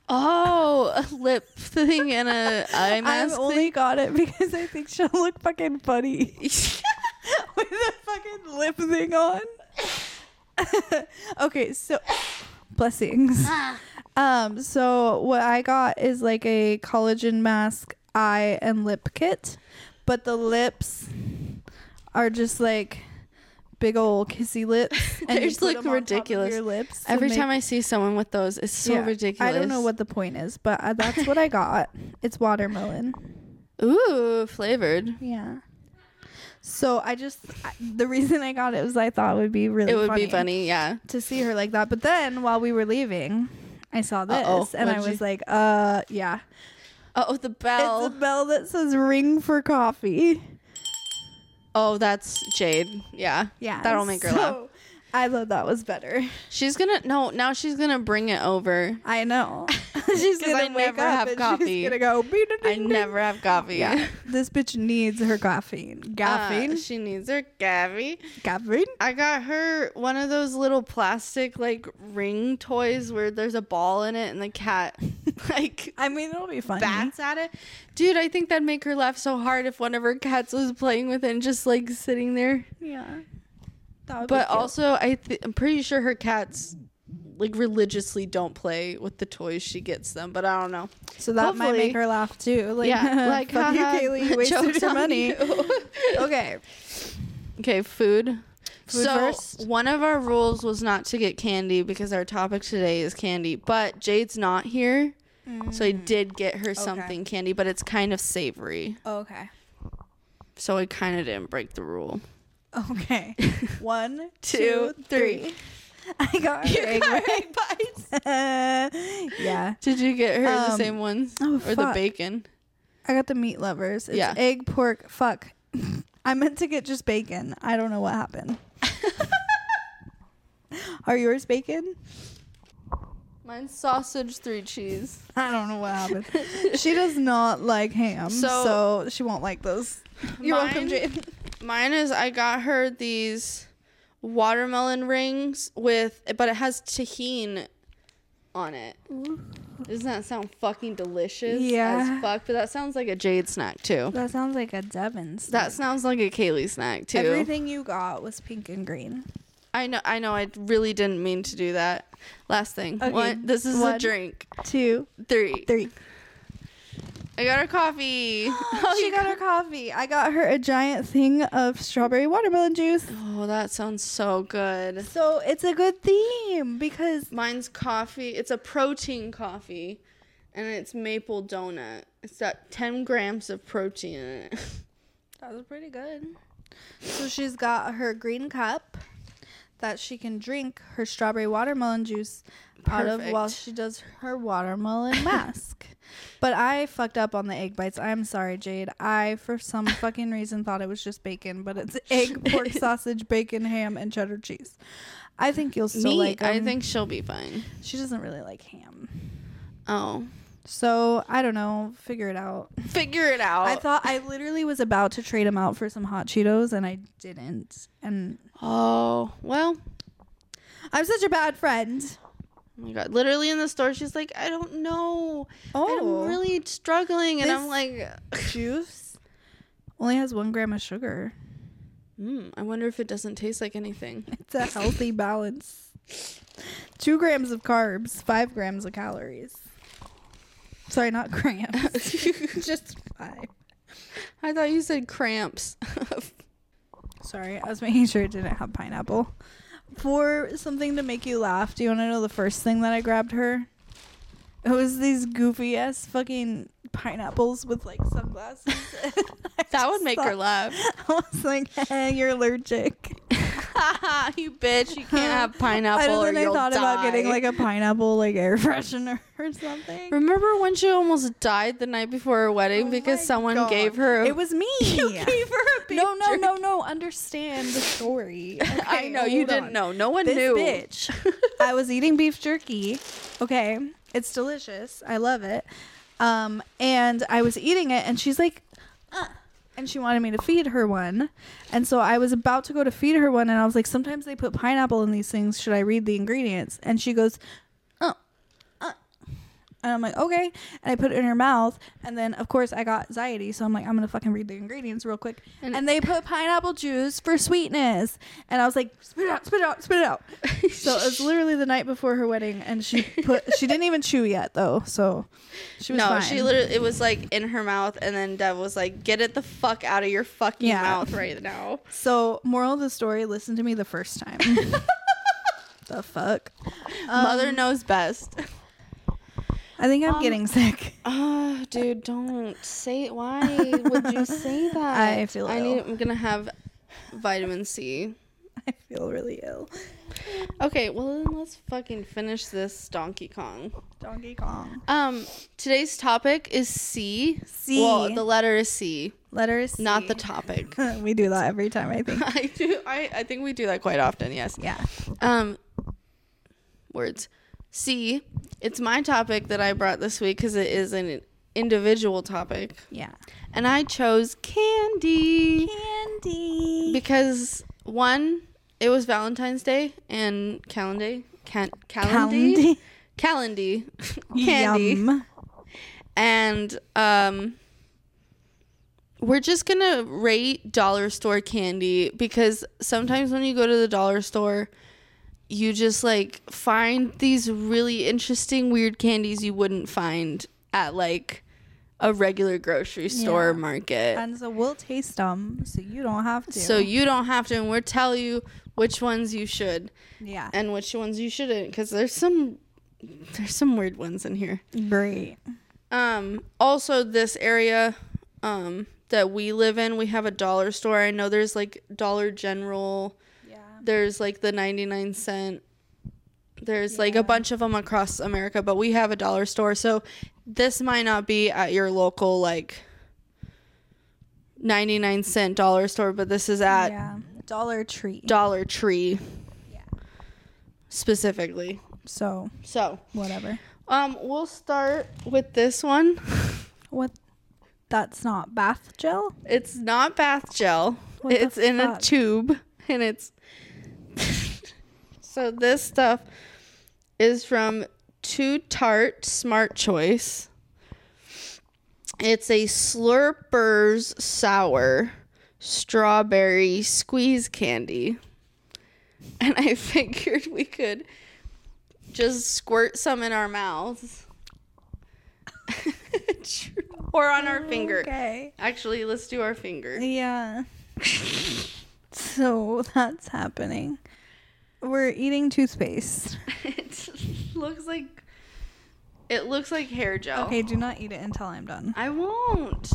Speaker 1: Oh, a [laughs] lip thing and a eye
Speaker 3: I
Speaker 1: mask. [laughs]
Speaker 3: only got it because I think she'll look fucking funny [laughs] with a fucking lip thing on. [laughs] okay, so blessings.
Speaker 2: Ah.
Speaker 3: Um, so what I got is like a collagen mask, eye and lip kit, but the lips are just like big old
Speaker 1: [laughs]
Speaker 3: kissy lips. and you
Speaker 1: They're
Speaker 3: put
Speaker 1: just, like,
Speaker 3: them on top of
Speaker 1: ridiculous.
Speaker 3: Your lips. to
Speaker 1: Every
Speaker 3: make-
Speaker 1: time I see someone with those, it's so
Speaker 3: Yeah.
Speaker 1: ridiculous.
Speaker 3: I don't know what the point is, but uh, that's what
Speaker 1: [laughs]
Speaker 3: I got. It's watermelon.
Speaker 1: Ooh, flavored.
Speaker 3: Yeah. So I just I, the reason I got it was I thought it would be really
Speaker 1: it would be funny, yeah.
Speaker 3: to see her like that. But then while we were leaving, I saw this
Speaker 1: Uh-oh.
Speaker 3: and I
Speaker 1: What'd
Speaker 3: was
Speaker 1: you-
Speaker 3: like, uh, yeah,
Speaker 1: Oh, the bell.
Speaker 3: it's a bell that says ring for coffee.
Speaker 1: oh, that's Jade. Yeah.
Speaker 3: Yeah,
Speaker 1: That'll make her laugh.
Speaker 3: so I thought that was better. [laughs]
Speaker 1: She's gonna no, now she's gonna bring it over.
Speaker 3: I know. [laughs] she's
Speaker 1: [laughs] 'Cause
Speaker 3: gonna
Speaker 1: I
Speaker 3: wake
Speaker 1: never
Speaker 3: up
Speaker 1: have
Speaker 3: and
Speaker 1: coffee.
Speaker 3: She's gonna go.
Speaker 1: I never have coffee.
Speaker 3: Yeah, this bitch needs her caffeine.
Speaker 1: [laughs]
Speaker 3: Caffeine.
Speaker 1: Uh, she needs her Gavi.
Speaker 3: caffeine.
Speaker 1: I got her one of those little plastic like ring toys where there's a ball in it and the
Speaker 3: [laughs]
Speaker 1: cat like
Speaker 3: I mean, it'll be funny.
Speaker 1: bats at it. Dude, I think that'd make her laugh so hard if one of her cats was playing with it and just like sitting there.
Speaker 3: Yeah. That would be
Speaker 1: But
Speaker 3: cute.
Speaker 1: also, I th- I'm pretty sure her cats like religiously don't play with the toys she gets them. But I don't know.
Speaker 3: So that might
Speaker 1: Hopefully.
Speaker 3: make her laugh too. Like, [laughs]
Speaker 1: yeah, like
Speaker 3: fuck you,
Speaker 1: haha,
Speaker 3: Kaylee, you wasted
Speaker 1: [laughs] jokes
Speaker 3: your
Speaker 1: on
Speaker 3: money.
Speaker 1: you.
Speaker 3: [laughs]
Speaker 1: [laughs]
Speaker 3: Okay.
Speaker 1: Okay, food. so
Speaker 3: first.
Speaker 1: one of our rules was not to get candy because our topic today is candy. But Jade's not here, so I did get her something candy, but it's kind of savory,
Speaker 3: Okay.
Speaker 1: so I kind of didn't break the rule. [laughs]
Speaker 3: Okay. One,
Speaker 1: Two,
Speaker 3: two,
Speaker 1: three.
Speaker 3: three. [laughs] I got her egg white. [laughs] yeah.
Speaker 1: Did you get her the
Speaker 3: Um,
Speaker 1: same ones
Speaker 3: oh,
Speaker 1: or the
Speaker 3: fuck.
Speaker 1: bacon?
Speaker 3: I got the meat lovers. It's
Speaker 1: Yeah.
Speaker 3: egg, pork, fuck. [laughs] I meant to get just bacon. I don't know
Speaker 1: [laughs]
Speaker 3: what happened. Are yours bacon?
Speaker 1: Mine's sausage, three cheese.
Speaker 3: I don't know what happened.
Speaker 1: [laughs]
Speaker 3: she does not like ham,
Speaker 1: So-
Speaker 3: so, she won't like those. You're welcome,
Speaker 1: Mine-
Speaker 3: Jade.
Speaker 1: Mine is I got her these watermelon rings with, but it has tahine on it. Doesn't that sound fucking delicious?
Speaker 3: Yeah.
Speaker 1: As fuck, but that sounds like a Jade snack too.
Speaker 3: That sounds like a Devon's.
Speaker 1: That sounds like a Kaylee snack too.
Speaker 3: Everything you got was pink and green.
Speaker 1: I know. I know. I really didn't mean to do that. Last thing.
Speaker 3: Okay.
Speaker 1: One. This is a
Speaker 3: One.
Speaker 1: drink.
Speaker 3: Two,
Speaker 1: Three.
Speaker 3: three. [laughs]
Speaker 1: I got her coffee. oh,
Speaker 3: [gasps] she
Speaker 1: you
Speaker 3: got her coffee. I got her a giant thing of strawberry watermelon juice.
Speaker 1: [gasps] Oh, that sounds so good.
Speaker 3: So it's a good theme because
Speaker 1: Mine's coffee. It's a protein coffee, and it's maple donut. It's got 10 grams of protein in it. [laughs]
Speaker 3: that was pretty good. So she's got her green cup. that she can drink her strawberry watermelon juice out of while
Speaker 1: Perfect.
Speaker 3: she does
Speaker 1: [laughs]
Speaker 3: her watermelon mask. But I fucked up on the egg bites. I'm sorry, Jade. I, for some fucking reason, thought it was just bacon,
Speaker 1: [laughs]
Speaker 3: but it's egg, pork sausage, bacon, ham, and cheddar cheese. I think you'll still
Speaker 1: Me,
Speaker 3: like. um,
Speaker 1: I
Speaker 3: them.
Speaker 1: think she'll be fine.
Speaker 3: she doesn't really like ham,
Speaker 1: Oh,
Speaker 3: so I don't know. Figure it out.
Speaker 1: figure it out.
Speaker 3: I thought I literally was about to trade him out for some hot Cheetos, and I didn't. And
Speaker 1: oh well.
Speaker 3: I'm such a bad friend.
Speaker 1: Oh my god! Literally in the store, she's like, "I don't know.
Speaker 3: Oh.
Speaker 1: I'm [laughs] really struggling," and I'm
Speaker 3: This-
Speaker 1: like,
Speaker 3: Juice only has one gram of sugar. [laughs]
Speaker 1: mm, "I wonder if it doesn't taste like anything." [laughs]
Speaker 3: It's a healthy balance. Two grams of carbs, five grams of calories. Sorry,
Speaker 1: [laughs]
Speaker 3: not [laughs] grams. Just five.
Speaker 1: I thought you said cramps. [laughs]
Speaker 3: Sorry, I was making sure it didn't have pineapple. For something to make you laugh, do you want to know the first thing that I grabbed her? It was these goofy ass fucking pineapples with like sunglasses. [laughs]
Speaker 1: that would make her laugh. [laughs]
Speaker 3: I was like, "Eh, you're allergic.
Speaker 1: you bitch! You can't have
Speaker 3: [laughs] I
Speaker 1: pineapple,
Speaker 3: don't
Speaker 1: or
Speaker 3: think I
Speaker 1: you'll
Speaker 3: thought
Speaker 1: die.
Speaker 3: about getting like a pineapple
Speaker 1: [laughs]
Speaker 3: like air freshener or something.
Speaker 1: Remember when she almost died the night before her wedding
Speaker 3: Oh
Speaker 1: because
Speaker 3: my
Speaker 1: someone
Speaker 3: God.
Speaker 1: gave her? A,
Speaker 3: It was me.
Speaker 1: you gave her a beef
Speaker 3: no, no,
Speaker 1: jerky.
Speaker 3: no, no. Understand the story.
Speaker 1: [laughs] [laughs] I
Speaker 3: Okay,
Speaker 1: know you
Speaker 3: hold
Speaker 1: didn't
Speaker 3: on.
Speaker 1: know. No one
Speaker 3: This
Speaker 1: knew.
Speaker 3: bitch. [laughs] I was eating beef jerky. Okay, it's delicious. I love it. Um, and I was eating it, and she's like, "Uh," and she wanted me to feed her one, and so I was about to go to feed her one, and I was like, sometimes they put pineapple in these things. Should I read the ingredients? And she goes, "Uh." uh." And I'm like, okay. And I put it in her mouth. And then, of course, I got anxiety. So I'm like, I'm going to fucking read the ingredients real quick. And,
Speaker 1: And-
Speaker 3: they put pineapple juice for sweetness. And I was like, spit it out, spit it out, spit
Speaker 1: [laughs]
Speaker 3: it out. so it was literally the night before her wedding. And she put, she didn't even chew yet, though. So she was
Speaker 1: no,
Speaker 3: fine.
Speaker 1: she literally it was like in her mouth, and then Dev was like, "Get it the fuck out of your fucking
Speaker 3: Yeah.
Speaker 1: mouth right now." [laughs]
Speaker 3: so, moral of the story listen to me the first time. the fuck?
Speaker 1: Mother knows best. [laughs]
Speaker 3: I think I'm getting sick. [laughs]
Speaker 1: Ah, dude, don't say it. Why would you say that?
Speaker 3: I feel
Speaker 1: [laughs] I
Speaker 3: ill.
Speaker 1: need. I'm gonna have vitamin C.
Speaker 3: I feel really ill.
Speaker 1: Okay, well then let's fucking finish this Donkey Kong.
Speaker 3: Donkey Kong.
Speaker 1: Um, today's topic is C.
Speaker 3: C.
Speaker 1: Well, the letter is C,
Speaker 3: Letters.
Speaker 1: not the topic.
Speaker 3: [laughs] we do that every time, I think.
Speaker 1: [laughs] I do. I I think we do that quite often. Yes.
Speaker 3: Yeah.
Speaker 1: Um, words. C. It's my topic that I brought this week because it is an individual topic,
Speaker 3: Yeah.
Speaker 1: and I chose candy
Speaker 3: Candy.
Speaker 1: because one, it was Valentine's Day and Calendar, can, Calendar,
Speaker 3: Candy.
Speaker 1: Calendy, [laughs] candy,
Speaker 3: Yum.
Speaker 1: and um. We're just gonna rate dollar store candy because sometimes when you go to the dollar store, you just like find these really interesting weird candies you wouldn't find at like a regular grocery store
Speaker 3: Yeah.
Speaker 1: or market
Speaker 3: And so we'll taste them, so you don't have to.
Speaker 1: so you don't have to and we'll tell you which ones you should
Speaker 3: yeah,
Speaker 1: and which ones you shouldn't because there's some there's some weird ones in here
Speaker 3: great.
Speaker 1: um also this area um that we live in we have a dollar store i know there's like dollar general
Speaker 3: Yeah,
Speaker 1: there's like the 99 cent there's like a bunch of them across america but we have a dollar store so this might not be at your local like 99 cent dollar store but this is at
Speaker 3: yeah. Dollar Tree.
Speaker 1: dollar tree
Speaker 3: Yeah.
Speaker 1: specifically
Speaker 3: so
Speaker 1: so
Speaker 3: whatever.
Speaker 1: um we'll start with this one [laughs]
Speaker 3: What? That's not bath gel.
Speaker 1: it's not bath gel
Speaker 3: What the
Speaker 1: it's in a
Speaker 3: fuck?
Speaker 1: tube and it's [laughs] so this stuff is from Too Tart Smart Choice. It's a Slurpers sour strawberry squeeze candy. And I [laughs] figured we could just squirt some in our mouths. [laughs] or on our finger.
Speaker 3: Okay.
Speaker 1: Actually, let's do our finger. [laughs]
Speaker 3: Yeah. so that's happening. We're eating toothpaste.
Speaker 1: it looks like it looks like hair gel.
Speaker 3: Okay, do not eat it until I'm done.
Speaker 1: I won't.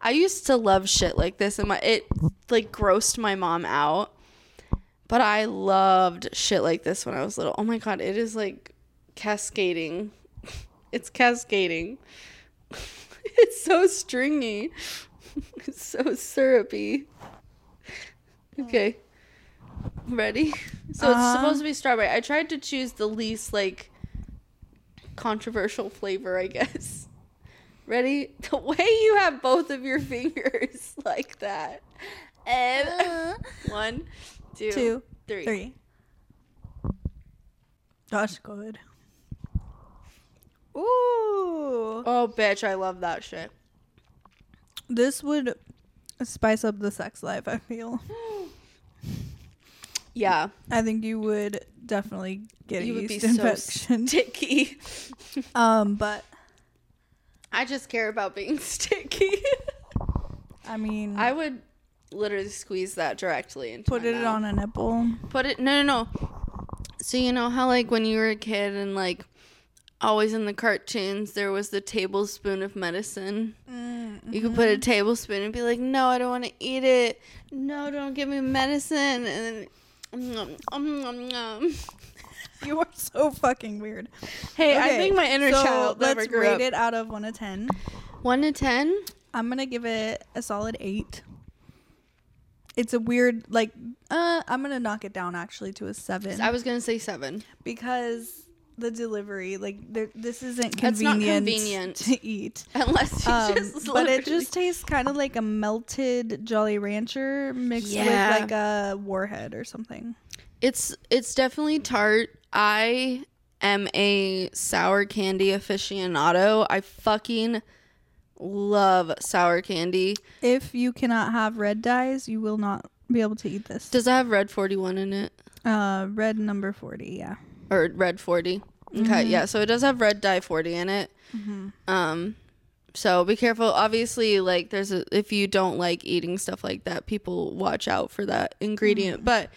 Speaker 1: I used to love shit like this, and my it like grossed my mom out. But I loved shit like this when I was little. Oh my god, it is like cascading. [laughs] It's cascading. [laughs] It's so stringy. [laughs] It's so syrupy. Okay. Ready? So it's
Speaker 3: Uh-huh.
Speaker 1: supposed to be strawberry. I tried to choose the least like controversial flavor, I guess. [laughs] Ready? [laughs] The way you have both of your [laughs] fingers like that. And [laughs] one, two,
Speaker 3: Uh-huh. Two,
Speaker 1: three.
Speaker 3: Three. That's good. Ooh.
Speaker 1: Oh, bitch, I love that shit.
Speaker 3: This would spice up the sex life, I feel.
Speaker 1: Yeah, [laughs]
Speaker 3: I think you would definitely get
Speaker 1: you
Speaker 3: a
Speaker 1: would be [laughs]
Speaker 3: yeast infection.
Speaker 1: so sticky.
Speaker 3: um, but
Speaker 1: I just care about being [laughs] sticky.
Speaker 3: I mean,
Speaker 1: I would literally squeeze that directly into
Speaker 3: put
Speaker 1: my
Speaker 3: it
Speaker 1: mouth.
Speaker 3: on a nipple. [laughs]
Speaker 1: Put it. No, no, no. So you know how like when you were a kid and like always in the cartoons there was the tablespoon of medicine.
Speaker 3: Mm,
Speaker 1: You could
Speaker 3: mm-hmm.
Speaker 1: put a tablespoon and be like, "No, I don't want to eat it. No, don't give me medicine." And then. um, nom, nom, nom, nom.
Speaker 3: You are so fucking weird.
Speaker 1: Hey, I
Speaker 3: Okay,
Speaker 1: think my inner
Speaker 3: so
Speaker 1: child never
Speaker 3: Let's
Speaker 1: grew
Speaker 3: rate
Speaker 1: up.
Speaker 3: it out of one to ten.
Speaker 1: One to ten.
Speaker 3: I'm gonna give it a solid eight. It's a weird like uh I'm gonna knock it down actually to a seven
Speaker 1: I was gonna say seven. [laughs]
Speaker 3: because the delivery like there, this isn't
Speaker 1: That's not
Speaker 3: convenient,
Speaker 1: convenient.
Speaker 3: to eat.
Speaker 1: Unless you [laughs]
Speaker 3: Um,
Speaker 1: just
Speaker 3: but
Speaker 1: literally-
Speaker 3: it just tastes kind of like a melted Jolly Rancher mixed
Speaker 1: Yeah.
Speaker 3: with like a warhead or something.
Speaker 1: it's it's definitely tart. I am a sour candy aficionado. I fucking love sour candy.
Speaker 3: If you cannot have red dyes, you will not be able to eat this.
Speaker 1: Does it have red forty one in it
Speaker 3: Uh, red number forty, yeah.
Speaker 1: or red forty? Okay,
Speaker 3: Mm-hmm.
Speaker 1: yeah. So it does have red dye forty in it. Um, so be careful. Obviously, like there's a if you don't like eating stuff like that, people watch out for that ingredient. But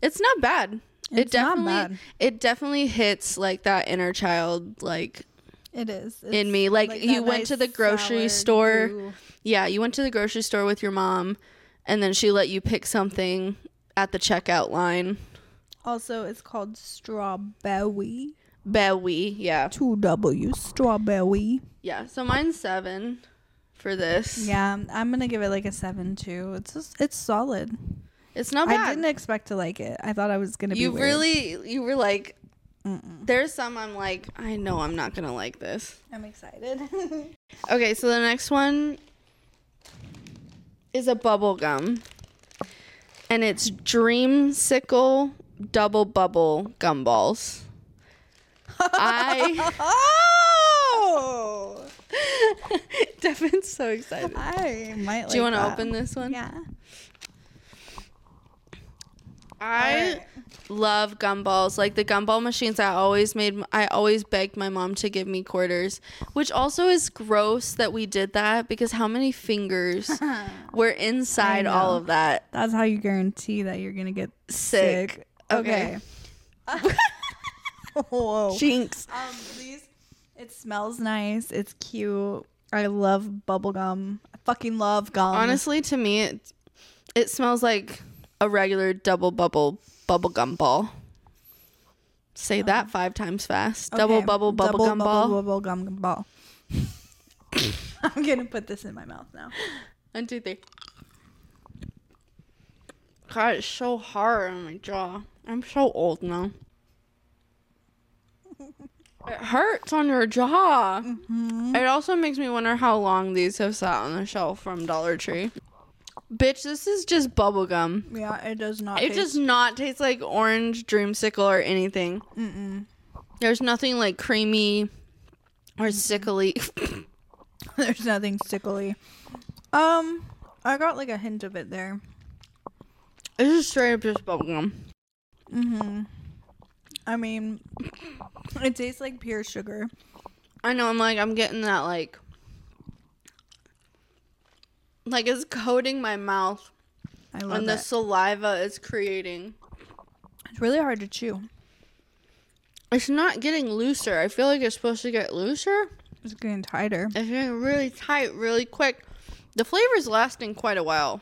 Speaker 1: it's not bad. it
Speaker 3: Mm. It's not
Speaker 1: definitely
Speaker 3: bad.
Speaker 1: it definitely hits like that inner child like
Speaker 3: It is
Speaker 1: in me. Like, you went to the grocery store. Yeah, you went to the grocery store with your mom, and then she let you pick something at the checkout line.
Speaker 3: Also, it's called strawberry.
Speaker 1: Bewy, yeah,
Speaker 3: Two W strawberry.
Speaker 1: yeah. So mine's seven for this.
Speaker 3: Yeah, I'm gonna give it like a seven too. It's just, it's solid.
Speaker 1: it's not
Speaker 3: I
Speaker 1: bad.
Speaker 3: didn't expect to like it. I thought I was gonna be.
Speaker 1: you
Speaker 3: weird.
Speaker 1: really, you were like, there's some I'm like, I know I'm not gonna like this.
Speaker 3: I'm excited. [laughs]
Speaker 1: Okay, so the next one is a bubble gum, and it's Dreamsicle Double Bubble
Speaker 3: [laughs]
Speaker 1: Gumballs. I
Speaker 3: oh,
Speaker 1: [laughs] Devin's so excited.
Speaker 3: I might.
Speaker 1: Do you want to open this one?
Speaker 3: Yeah.
Speaker 1: I love gumballs. Like the gumball machines, I always made. I always begged my mom to give me quarters, which also is gross that we did that because how many fingers
Speaker 3: [laughs]
Speaker 1: were inside all of that?
Speaker 3: That's how you guarantee that you're gonna get
Speaker 1: Sick.
Speaker 3: sick.
Speaker 1: Okay. [laughs]
Speaker 3: Whoa.
Speaker 1: Jinx.
Speaker 3: Um, these. It smells nice. It's cute. I love bubblegum. I fucking love gum.
Speaker 1: Honestly, to me, it, it smells like a regular double bubble bubble gum ball. Say that five times fast. Double
Speaker 3: Oh. Okay,
Speaker 1: bubble bubble
Speaker 3: double
Speaker 1: gum ball.
Speaker 3: bubble, Bubble gum gum ball. [laughs] I'm gonna put this in my mouth now.
Speaker 1: One, two, three. God, it's so hard on my jaw. I'm so old now. It hurts on your jaw. It also makes me wonder how long these have sat on the shelf from Dollar Tree. Bitch, this is just bubblegum.
Speaker 3: Yeah, it does not.
Speaker 1: It does not taste like orange dreamsicle or anything. Mm-mm. There's nothing like creamy or sickly.
Speaker 3: [laughs]
Speaker 1: [coughs]
Speaker 3: There's nothing sickly. Um, I got like a hint of it there.
Speaker 1: this is straight up just bubblegum.
Speaker 3: Mm-hmm. I mean, [coughs] it tastes like pure sugar.
Speaker 1: I know. I'm like, I'm getting that like, like it's coating my mouth,
Speaker 3: I love
Speaker 1: and the saliva is creating.
Speaker 3: it. It's really hard to chew.
Speaker 1: It's not getting looser. I feel like it's supposed to get looser.
Speaker 3: It's getting tighter.
Speaker 1: It's getting really tight, really quick. The flavor's lasting quite a while.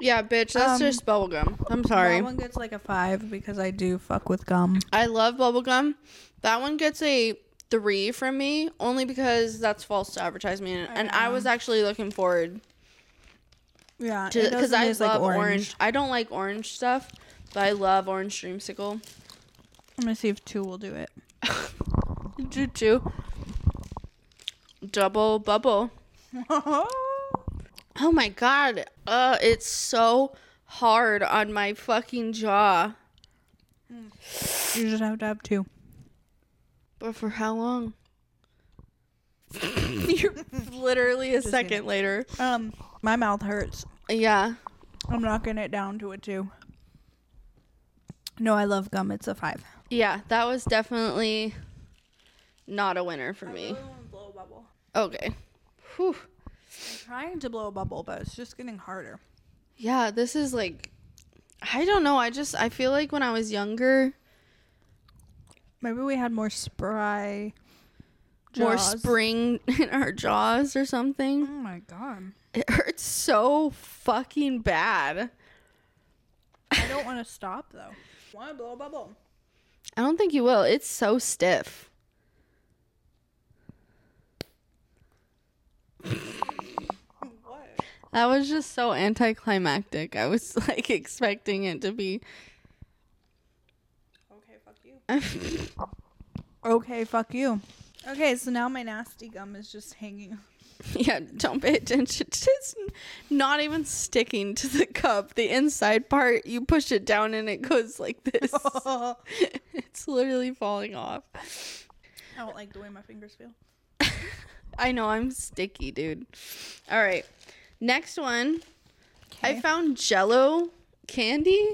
Speaker 1: Yeah, bitch, that's
Speaker 3: Um,
Speaker 1: just bubble gum. I'm sorry.
Speaker 3: That one gets like a five because I do fuck with gum.
Speaker 1: I love bubblegum. That one gets a three from me only because that's false advertisement. and I was actually looking forward
Speaker 3: Yeah,
Speaker 1: to because I love orange. I don't like orange stuff, but I love orange dreamsicle.
Speaker 3: I'm gonna see if two will do it. [laughs]
Speaker 1: Do too. Double bubble. Oh my god. Uh it's so hard on my fucking jaw.
Speaker 3: you just have to have two.
Speaker 1: But for how long? [laughs] You're literally a second later.
Speaker 3: Um, my mouth hurts.
Speaker 1: Yeah.
Speaker 3: I'm knocking it down to a two. No, I love gum. It's a five.
Speaker 1: Yeah, that was definitely not a winner for me.
Speaker 3: blow a bubble.
Speaker 1: Okay. Whew.
Speaker 3: I'm trying to blow a bubble, but it's just getting harder.
Speaker 1: Yeah, this is like I don't know. I just I feel like when I was younger,
Speaker 3: Maybe we had more spry.
Speaker 1: more
Speaker 3: jaws.
Speaker 1: spring [laughs] in our jaws or something.
Speaker 3: Oh my god!
Speaker 1: It hurts so fucking bad.
Speaker 3: I don't want to stop though. Want to blow a bubble?
Speaker 1: I don't think you will. It's so stiff.
Speaker 3: What?
Speaker 1: That was just so anticlimactic. I was [laughs] like expecting it to be [laughs]
Speaker 3: Okay, fuck you. Okay, fuck you. Okay, so now my nasty gum is just hanging. [laughs]
Speaker 1: Yeah, don't pay attention. It's not even sticking to the cup. The inside part, you push it down and it goes like this.
Speaker 3: I
Speaker 1: [laughs] it's literally falling off.
Speaker 3: don't like the way my fingers feel.
Speaker 1: I know, I'm sticky, dude. All right. Next one. I found Jello candy,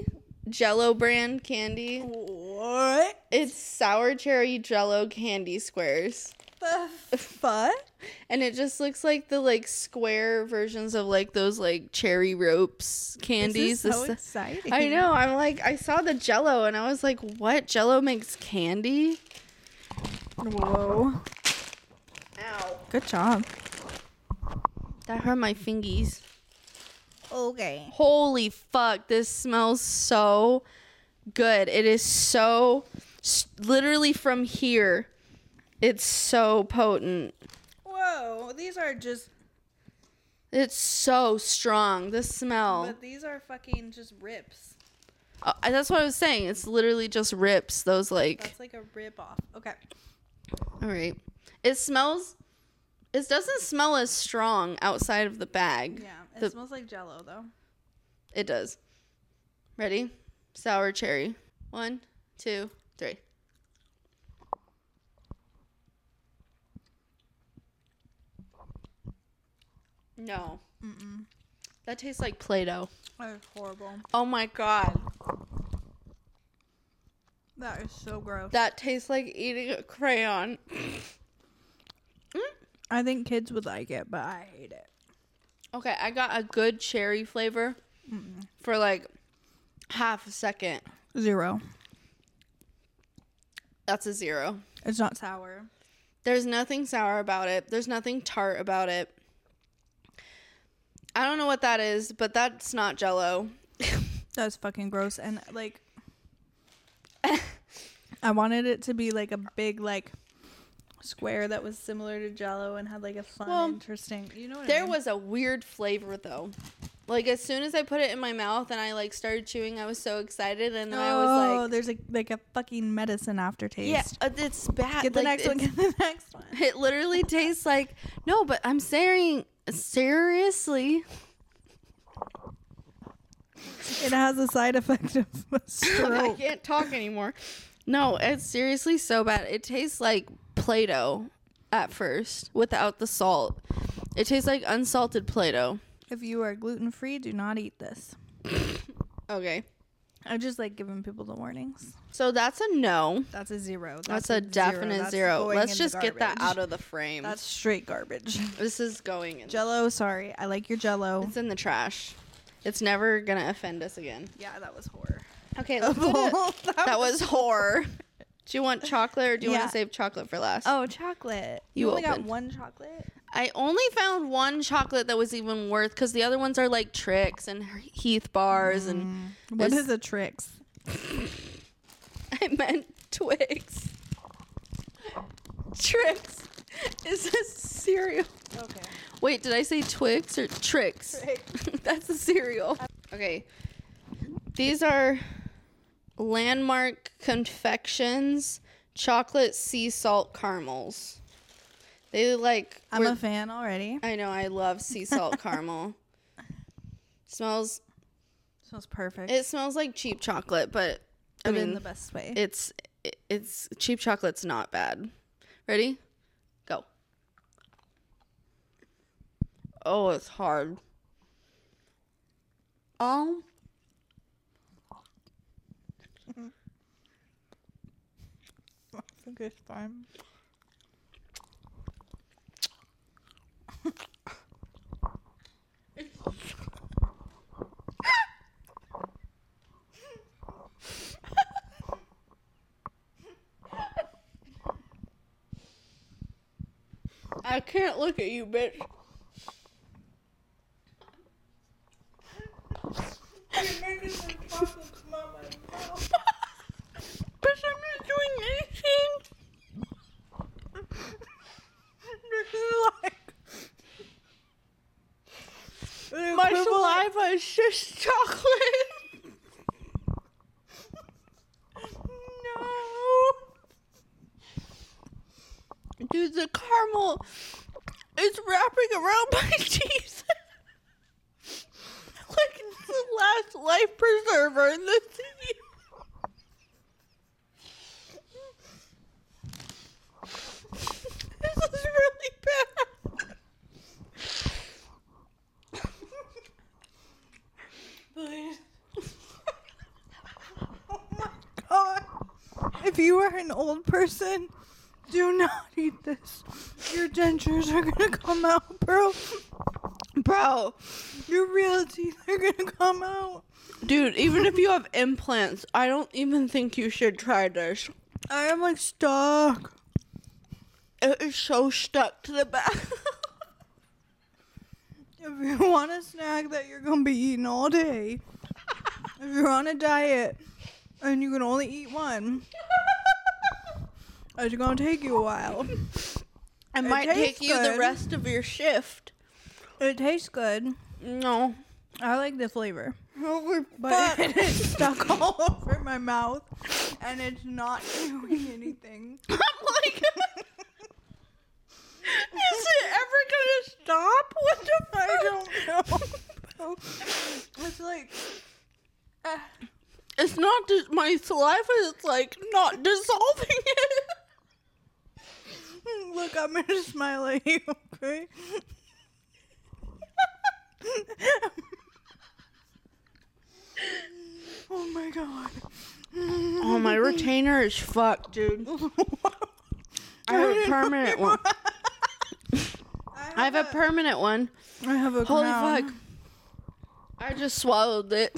Speaker 1: Jello brand candy.
Speaker 3: What
Speaker 1: It's sour cherry Jello candy squares.
Speaker 3: the fuck?
Speaker 1: and it just looks like the like square versions of like those like cherry ropes candies.
Speaker 3: This is so
Speaker 1: This- [laughs]
Speaker 3: exciting.
Speaker 1: I know. I'm like, I saw the Jello, and I was like, what? Jello makes candy?
Speaker 3: Whoa.
Speaker 1: Ow,
Speaker 3: Good job.
Speaker 1: that hurt my fingies.
Speaker 3: Okay.
Speaker 1: Holy fuck, this smells so good. It is so s- literally from here. It's so potent.
Speaker 3: Whoa. These are just,
Speaker 1: It's so strong. The smell.
Speaker 3: but these are fucking just rips.
Speaker 1: Uh, that's what I was saying. It's literally just rips those like.
Speaker 3: That's like a rip off. Okay.
Speaker 1: All right. It smells. It doesn't smell as strong outside of the bag.
Speaker 3: Yeah. It
Speaker 1: The-
Speaker 3: smells like jello though.
Speaker 1: It does. Ready? Sour cherry. One, two, three. No. Mm-mm. That tastes like Play Doh.
Speaker 3: That is horrible.
Speaker 1: Oh my god.
Speaker 3: That is so gross.
Speaker 1: That tastes like eating a crayon.
Speaker 3: I think kids would like it, but I hate it.
Speaker 1: Okay, I got a good cherry flavor for like half a second.
Speaker 3: Zero.
Speaker 1: That's a zero.
Speaker 3: It's not sour.
Speaker 1: There's nothing sour about it. There's nothing tart about it. I don't know what that is, but that's not jello.
Speaker 3: That's fucking gross. And like, [laughs] I wanted it to be like a big like square that was similar to Jello and had like a fun,
Speaker 1: Well,
Speaker 3: interesting. You know what I
Speaker 1: There
Speaker 3: mean?
Speaker 1: was a weird flavor though. Like as soon as I put it in my mouth and I like started chewing, I was so excited and then I
Speaker 3: oh,
Speaker 1: was like,
Speaker 3: there's like like a fucking medicine aftertaste.
Speaker 1: yeah, uh, it's bad.
Speaker 3: Get the
Speaker 1: Like,
Speaker 3: next one.
Speaker 1: it's- [laughs]
Speaker 3: Get the [laughs] next one.
Speaker 1: It literally tastes like no, but I'm saying seriously.
Speaker 3: It has a side effect
Speaker 1: [laughs] Oh
Speaker 3: of [laughs] a [laughs]
Speaker 1: I
Speaker 3: stroke.
Speaker 1: can't talk anymore. No, it's seriously so bad. It tastes like Play Doh at first without the salt. It tastes like unsalted Play Doh.
Speaker 3: if you are gluten free, do not eat this.
Speaker 1: Okay.
Speaker 3: I just like giving people the warnings.
Speaker 1: So that's a no.
Speaker 3: That's a zero.
Speaker 1: That's, a definite 0
Speaker 3: That's going
Speaker 1: Let's
Speaker 3: in the
Speaker 1: just get that
Speaker 3: garbage.
Speaker 1: out of the frame.
Speaker 3: That's straight garbage.
Speaker 1: this is going in.
Speaker 3: Jello, sorry. I like your Jello.
Speaker 1: It's in the trash. It's never going to offend us again.
Speaker 3: Yeah, [laughs] that was horror.
Speaker 1: [laughs]
Speaker 3: [laughs]
Speaker 1: Okay, let's go to- that was horror. Do you want chocolate or do you
Speaker 3: Yeah.
Speaker 1: want to save chocolate for last?
Speaker 3: Oh, chocolate.
Speaker 1: You
Speaker 3: only got
Speaker 1: opened.
Speaker 3: one chocolate.
Speaker 1: I only found one chocolate that was even worth because the other ones are like tricks and Heath bars and
Speaker 3: What
Speaker 1: This-
Speaker 3: is the tricks?
Speaker 1: [laughs] I meant Twix. Tricks is a cereal.
Speaker 3: Okay. [laughs]
Speaker 1: Wait, did I say Twix or Tricks? [laughs] That's a cereal. Okay. These are Landmark Confections chocolate sea salt caramels. They like
Speaker 3: I'm
Speaker 1: were-
Speaker 3: a fan already.
Speaker 1: I know I love sea salt
Speaker 3: [laughs]
Speaker 1: caramel. Smells
Speaker 3: Smells perfect.
Speaker 1: it smells like cheap chocolate, but I
Speaker 3: but
Speaker 1: mean
Speaker 3: in the best way.
Speaker 1: it's it- it's cheap chocolate's not bad. Ready? Go. Oh, it's hard. Um
Speaker 3: [laughs] It's a good time.
Speaker 1: I can't look at you, bitch.
Speaker 3: But I'm not doing anything. this is like the
Speaker 1: My
Speaker 3: equivalent-
Speaker 1: saliva is just chocolate.
Speaker 3: No.
Speaker 1: Dude, the caramel is wrapping around [laughs] my teeth. like it's the last life preserver in this [laughs] This is really bad.
Speaker 3: [laughs] Oh my god. If you are an old person, do not eat this. Your dentures are gonna come out, bro.
Speaker 1: Bro,
Speaker 3: Your real teeth are gonna come out.
Speaker 1: dude, even if you have implants, I don't even think you should try this.
Speaker 3: I am like stuck.
Speaker 1: It is so stuck to the back.
Speaker 3: [laughs] If you want a snack that you're gonna be eating all day, if you're on a diet and you can only eat one, it's gonna take you a while.
Speaker 1: I might take
Speaker 3: tastes
Speaker 1: you the
Speaker 3: good.
Speaker 1: rest of your shift.
Speaker 3: It tastes good.
Speaker 1: No.
Speaker 3: I like the flavor,
Speaker 1: Holy
Speaker 3: but [laughs] it is stuck all over my mouth and it's not doing anything.
Speaker 1: [laughs] I'm like, is it ever gonna stop? What the fuck?
Speaker 3: I don't know. [laughs] It's like. [laughs] ah.
Speaker 1: It's not dis- my saliva is like not dissolving it. [laughs]
Speaker 3: Look, I'm gonna smile at you,
Speaker 1: [laughs]
Speaker 3: okay? oh my [laughs]
Speaker 1: [laughs]
Speaker 3: god.
Speaker 1: Oh, my retainer is fucked, dude. I have a permanent [laughs] one. I have a permanent one. Oh,
Speaker 3: I have a
Speaker 1: Holy
Speaker 3: crown.
Speaker 1: fuck! I just swallowed it.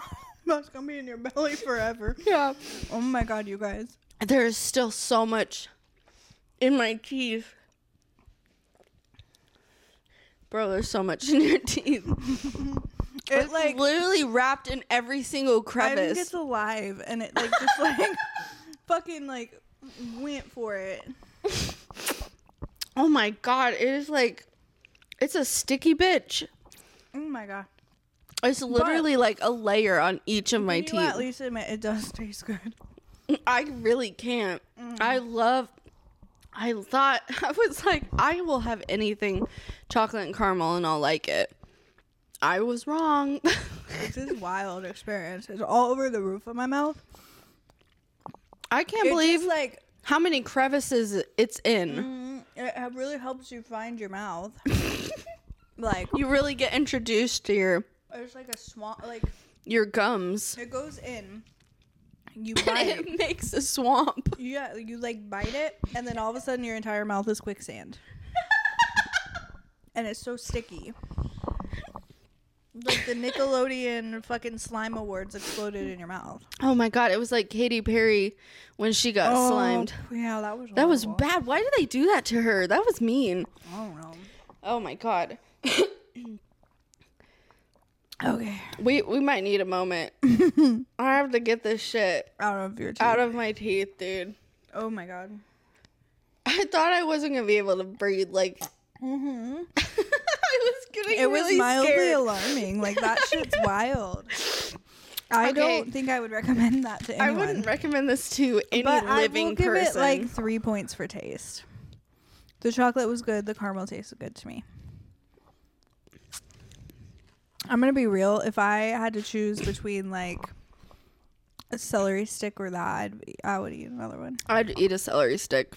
Speaker 3: [laughs] That's gonna be in your belly forever.
Speaker 1: [laughs] Yeah.
Speaker 3: Oh my god, you guys.
Speaker 1: There is still so much in my teeth. Bro, there's so much [laughs] in your teeth.
Speaker 3: It
Speaker 1: It's
Speaker 3: like
Speaker 1: literally wrapped in every single
Speaker 3: I think
Speaker 1: crevice.
Speaker 3: it's alive and it like
Speaker 1: [laughs]
Speaker 3: just like fucking like went for it.
Speaker 1: oh my god, it is like it's a sticky bitch.
Speaker 3: Oh my god.
Speaker 1: It's literally like a layer on each of my
Speaker 3: Can you at
Speaker 1: teeth.
Speaker 3: least admit it does [laughs] taste good.
Speaker 1: I really can't.
Speaker 3: Mm-hmm.
Speaker 1: I love I thought [laughs] I was like I will have anything chocolate and caramel and I'll like it. I was wrong. [laughs]
Speaker 3: This is wild experience. It's all over the roof of my mouth.
Speaker 1: I can't
Speaker 3: It
Speaker 1: believe
Speaker 3: just, like
Speaker 1: how many crevices it's in.
Speaker 3: mm, it ha- really helps you find
Speaker 1: [laughs]
Speaker 3: your mouth. like
Speaker 1: You really get introduced to your
Speaker 3: it's like a swamp. Like
Speaker 1: your gums.
Speaker 3: it goes in.
Speaker 1: [laughs]
Speaker 3: You bite.
Speaker 1: It makes a swamp.
Speaker 3: yeah, you like bite it, and then all of a sudden your entire mouth is quicksand. and it's so sticky. Like the Nickelodeon fucking slime awards exploded in your mouth.
Speaker 1: Oh my god, it was like Katy Perry when she got
Speaker 3: Oh.
Speaker 1: slimed.
Speaker 3: Yeah, that was.
Speaker 1: Oh, That was
Speaker 3: horrible.
Speaker 1: bad. Why did they do that to her? That was mean.
Speaker 3: I don't know.
Speaker 1: Oh my god.
Speaker 3: Okay.
Speaker 1: We we might need a
Speaker 3: [laughs]
Speaker 1: moment. I have to get this shit
Speaker 3: Out of your teeth.
Speaker 1: out of my teeth, dude.
Speaker 3: oh my god.
Speaker 1: I thought I wasn't gonna be able to breathe. Like [laughs]
Speaker 3: Mm-hmm.
Speaker 1: I was getting
Speaker 3: It
Speaker 1: really
Speaker 3: was mildly
Speaker 1: scared.
Speaker 3: alarming. Like that
Speaker 1: [laughs]
Speaker 3: shit's wild. I
Speaker 1: Okay.
Speaker 3: don't think I would recommend that to
Speaker 1: I
Speaker 3: anyone.
Speaker 1: wouldn't recommend this to any
Speaker 3: but
Speaker 1: living
Speaker 3: I will give
Speaker 1: person.
Speaker 3: it like three points for taste. The chocolate was good. The caramel tasted good to me. I'm gonna be real. If I had to choose between like a celery stick or that, I'd be, I would eat another one.
Speaker 1: I'd eat a celery stick.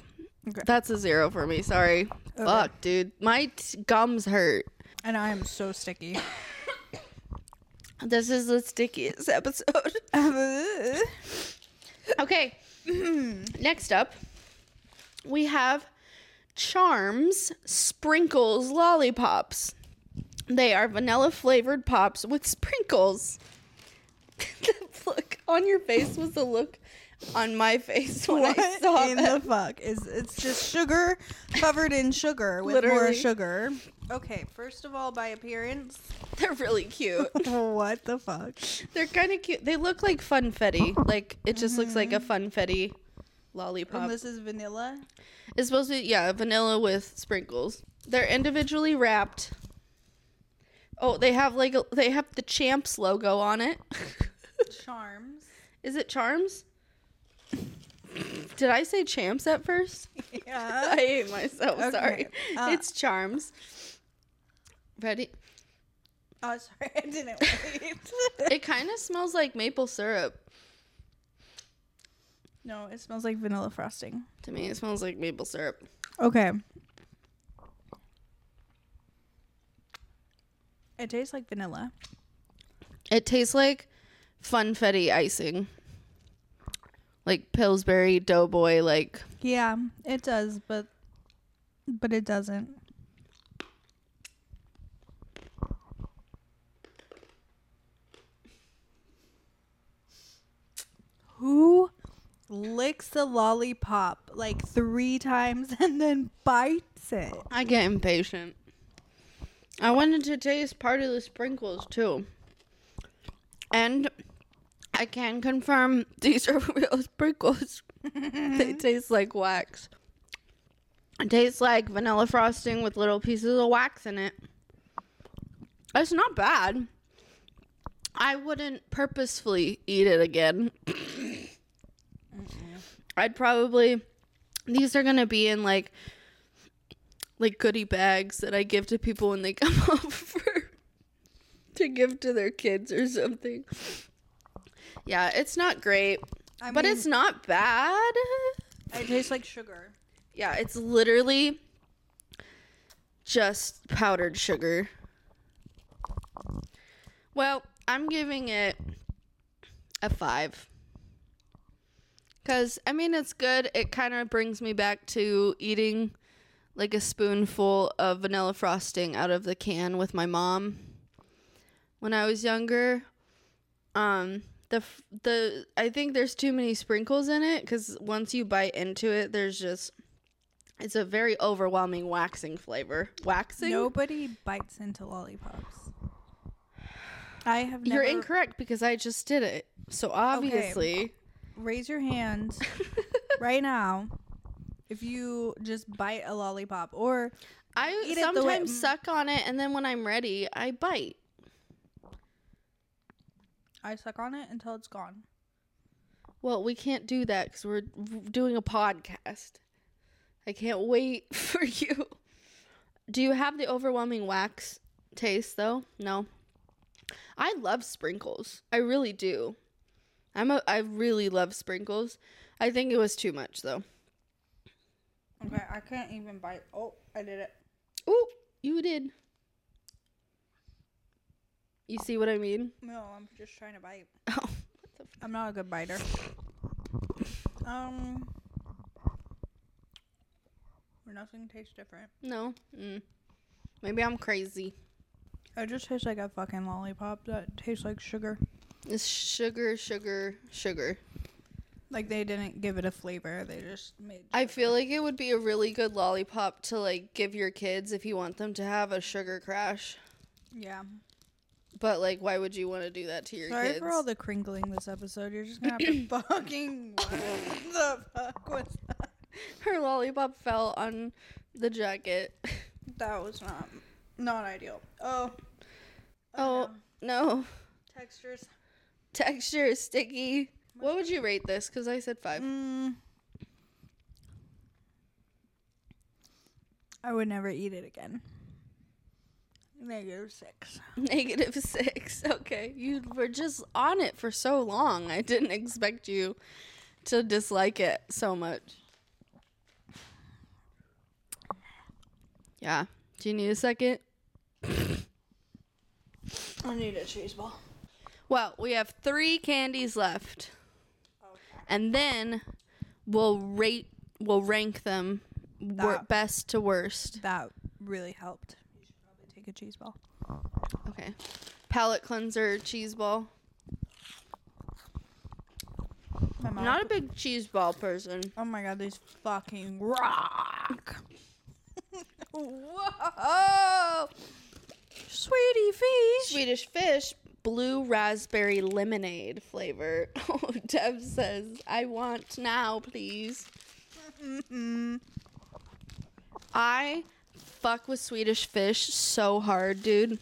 Speaker 3: Okay.
Speaker 1: That's a zero for me. Sorry. Fuck, dude. My t- gums hurt.
Speaker 3: And I am so [laughs] sticky.
Speaker 1: This is the stickiest
Speaker 3: [laughs]
Speaker 1: episode.
Speaker 3: okay.
Speaker 1: okay. [clears throat] Next up, we have Charms Sprinkles Lollipops. They are vanilla flavored pops with sprinkles. [laughs] the look on your face was the look on my face when
Speaker 3: What
Speaker 1: I saw
Speaker 3: in
Speaker 1: them. [laughs]
Speaker 3: the fuck is it's just sugar covered in sugar with more
Speaker 1: Literally.
Speaker 3: sugar. Okay, first of all, by appearance,
Speaker 1: They're really cute.
Speaker 3: [laughs] what the fuck?
Speaker 1: They're kind of cute. They look like funfetti. Like it just looks like a funfetti
Speaker 3: And
Speaker 1: lollipop.
Speaker 3: this is vanilla.
Speaker 1: It's supposed to be yeah, vanilla with sprinkles. They're individually wrapped. Oh, they have like a, they have the Champs logo on it. [laughs]
Speaker 3: Charms.
Speaker 1: Is it Charms? Did I say Champs at first? [laughs] I
Speaker 3: Yeah.
Speaker 1: hate myself.
Speaker 3: Okay,
Speaker 1: Sorry.
Speaker 3: uh,
Speaker 1: it's Charms. Ready?
Speaker 3: [laughs] Oh, sorry, I didn't wait. [laughs]
Speaker 1: It kind of smells like maple syrup.
Speaker 3: no, it smells like vanilla frosting.
Speaker 1: To me, it smells like maple syrup.
Speaker 3: Okay. It tastes like vanilla.
Speaker 1: It tastes like funfetti icing. Like Pillsbury Doughboy, like
Speaker 3: Yeah, it does, but but it doesn't. Who licks a lollipop like three times and then bites it?
Speaker 1: I get impatient. I wanted to taste part of the sprinkles too. And I can confirm [laughs] these are real sprinkles. [laughs] they taste like wax. It tastes like vanilla frosting with little pieces of wax in it. It's not bad. I wouldn't purposefully eat it again. I'd probably these are going to be in like like goodie bags that I give to people when they come [laughs] over to give to their kids or something. Yeah, it's not great,
Speaker 3: I
Speaker 1: but
Speaker 3: mean,
Speaker 1: it's not bad.
Speaker 3: it tastes like sugar.
Speaker 1: Yeah, it's literally just powdered sugar. Well, I'm giving it a five. Because, I mean, it's good. It kind of brings me back to eating like a spoonful of vanilla frosting out of the can with my mom when I was younger. Um, the f- the I think there's too many sprinkles in it because once you bite into it, there's just it's a very overwhelming waxing flavor. Waxing?
Speaker 3: Nobody bites into lollipops. I have never
Speaker 1: You're incorrect because I just did it. So obviously,
Speaker 3: raise your hand right now if you just bite a lollipop or
Speaker 1: I
Speaker 3: Eat it the way-
Speaker 1: sometimes suck on it, and then when I'm ready, I bite.
Speaker 3: I suck on it until it's gone.
Speaker 1: Well, we can't do that because we're v- doing a podcast. I can't wait [laughs] for you. Do you have the overwhelming wax taste though? No. I love sprinkles. I really do. I'm a I really love sprinkles. I think it was too much though.
Speaker 3: Okay, I can't even bite. Oh, I did it.
Speaker 1: Ooh, you did. You see what I mean?
Speaker 3: No, I'm just trying to bite.
Speaker 1: Oh.
Speaker 3: I'm not a good biter. Um, nothing tastes different.
Speaker 1: No. Mm. Maybe I'm crazy.
Speaker 3: It just tastes like a fucking lollipop that tastes like sugar.
Speaker 1: It's sugar, sugar, sugar.
Speaker 3: Like they didn't give it a flavor. They just made.
Speaker 1: I feel like it would be a really good lollipop to like give your kids if you want them to have a sugar crash.
Speaker 3: Yeah.
Speaker 1: But like, why would you want to do that to your
Speaker 3: Sorry
Speaker 1: kids?
Speaker 3: for all the crinkling this episode. You're just gonna have [coughs] to fucking. What the fuck was that?
Speaker 1: Her lollipop fell on the jacket. [laughs]
Speaker 3: That was not not ideal. Oh,
Speaker 1: Oh no!
Speaker 3: textures.
Speaker 1: Texture is sticky. What would you rate this? Because I said five.
Speaker 3: Mm. I would never eat it again. Negative six.
Speaker 1: [laughs] Negative six. Okay, you were just on it for so long. I didn't expect you to dislike it so much. Yeah. Do you need a second?
Speaker 3: I need a cheese ball.
Speaker 1: Well, we have three candies left, and then we'll rate. We'll rank them wor-
Speaker 3: That-
Speaker 1: best to worst.
Speaker 3: That really helped. You should probably take a cheese ball.
Speaker 1: Okay. Palette cleanser, cheese ball.
Speaker 3: My mom.
Speaker 1: I'm not a big cheese ball person.
Speaker 3: oh my god, these fucking rock. Whoa, sweetie fish.
Speaker 1: Swedish fish blue raspberry lemonade flavor. [laughs] Oh, Deb says, I want now, please.
Speaker 3: Mm.
Speaker 1: I fuck with Swedish fish so hard, dude.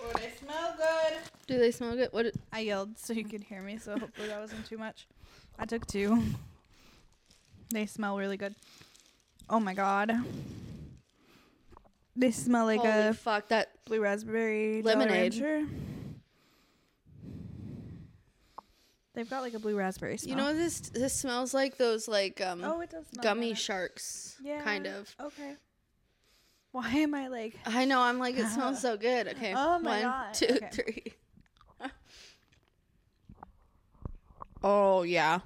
Speaker 3: Oh, they smell good.
Speaker 1: Do they smell good? What?
Speaker 3: I yelled so you could hear me, so hopefully that wasn't too much. I took two. They smell really good. Oh my god. They smell like
Speaker 1: Holy
Speaker 3: a
Speaker 1: fuck! That
Speaker 3: blue raspberry Jolly
Speaker 1: Lemonade.
Speaker 3: Rancher. They've got like a blue raspberry smell.
Speaker 1: you know this this smells like those like um
Speaker 3: oh, it does smell
Speaker 1: gummy
Speaker 3: kinda-
Speaker 1: sharks, kind of.
Speaker 3: Okay. Why am I like
Speaker 1: I know. I'm like, it smells so good. Okay.
Speaker 3: Oh my
Speaker 1: one,
Speaker 3: God.
Speaker 1: two,
Speaker 3: Okay.
Speaker 1: three. [laughs] oh yeah.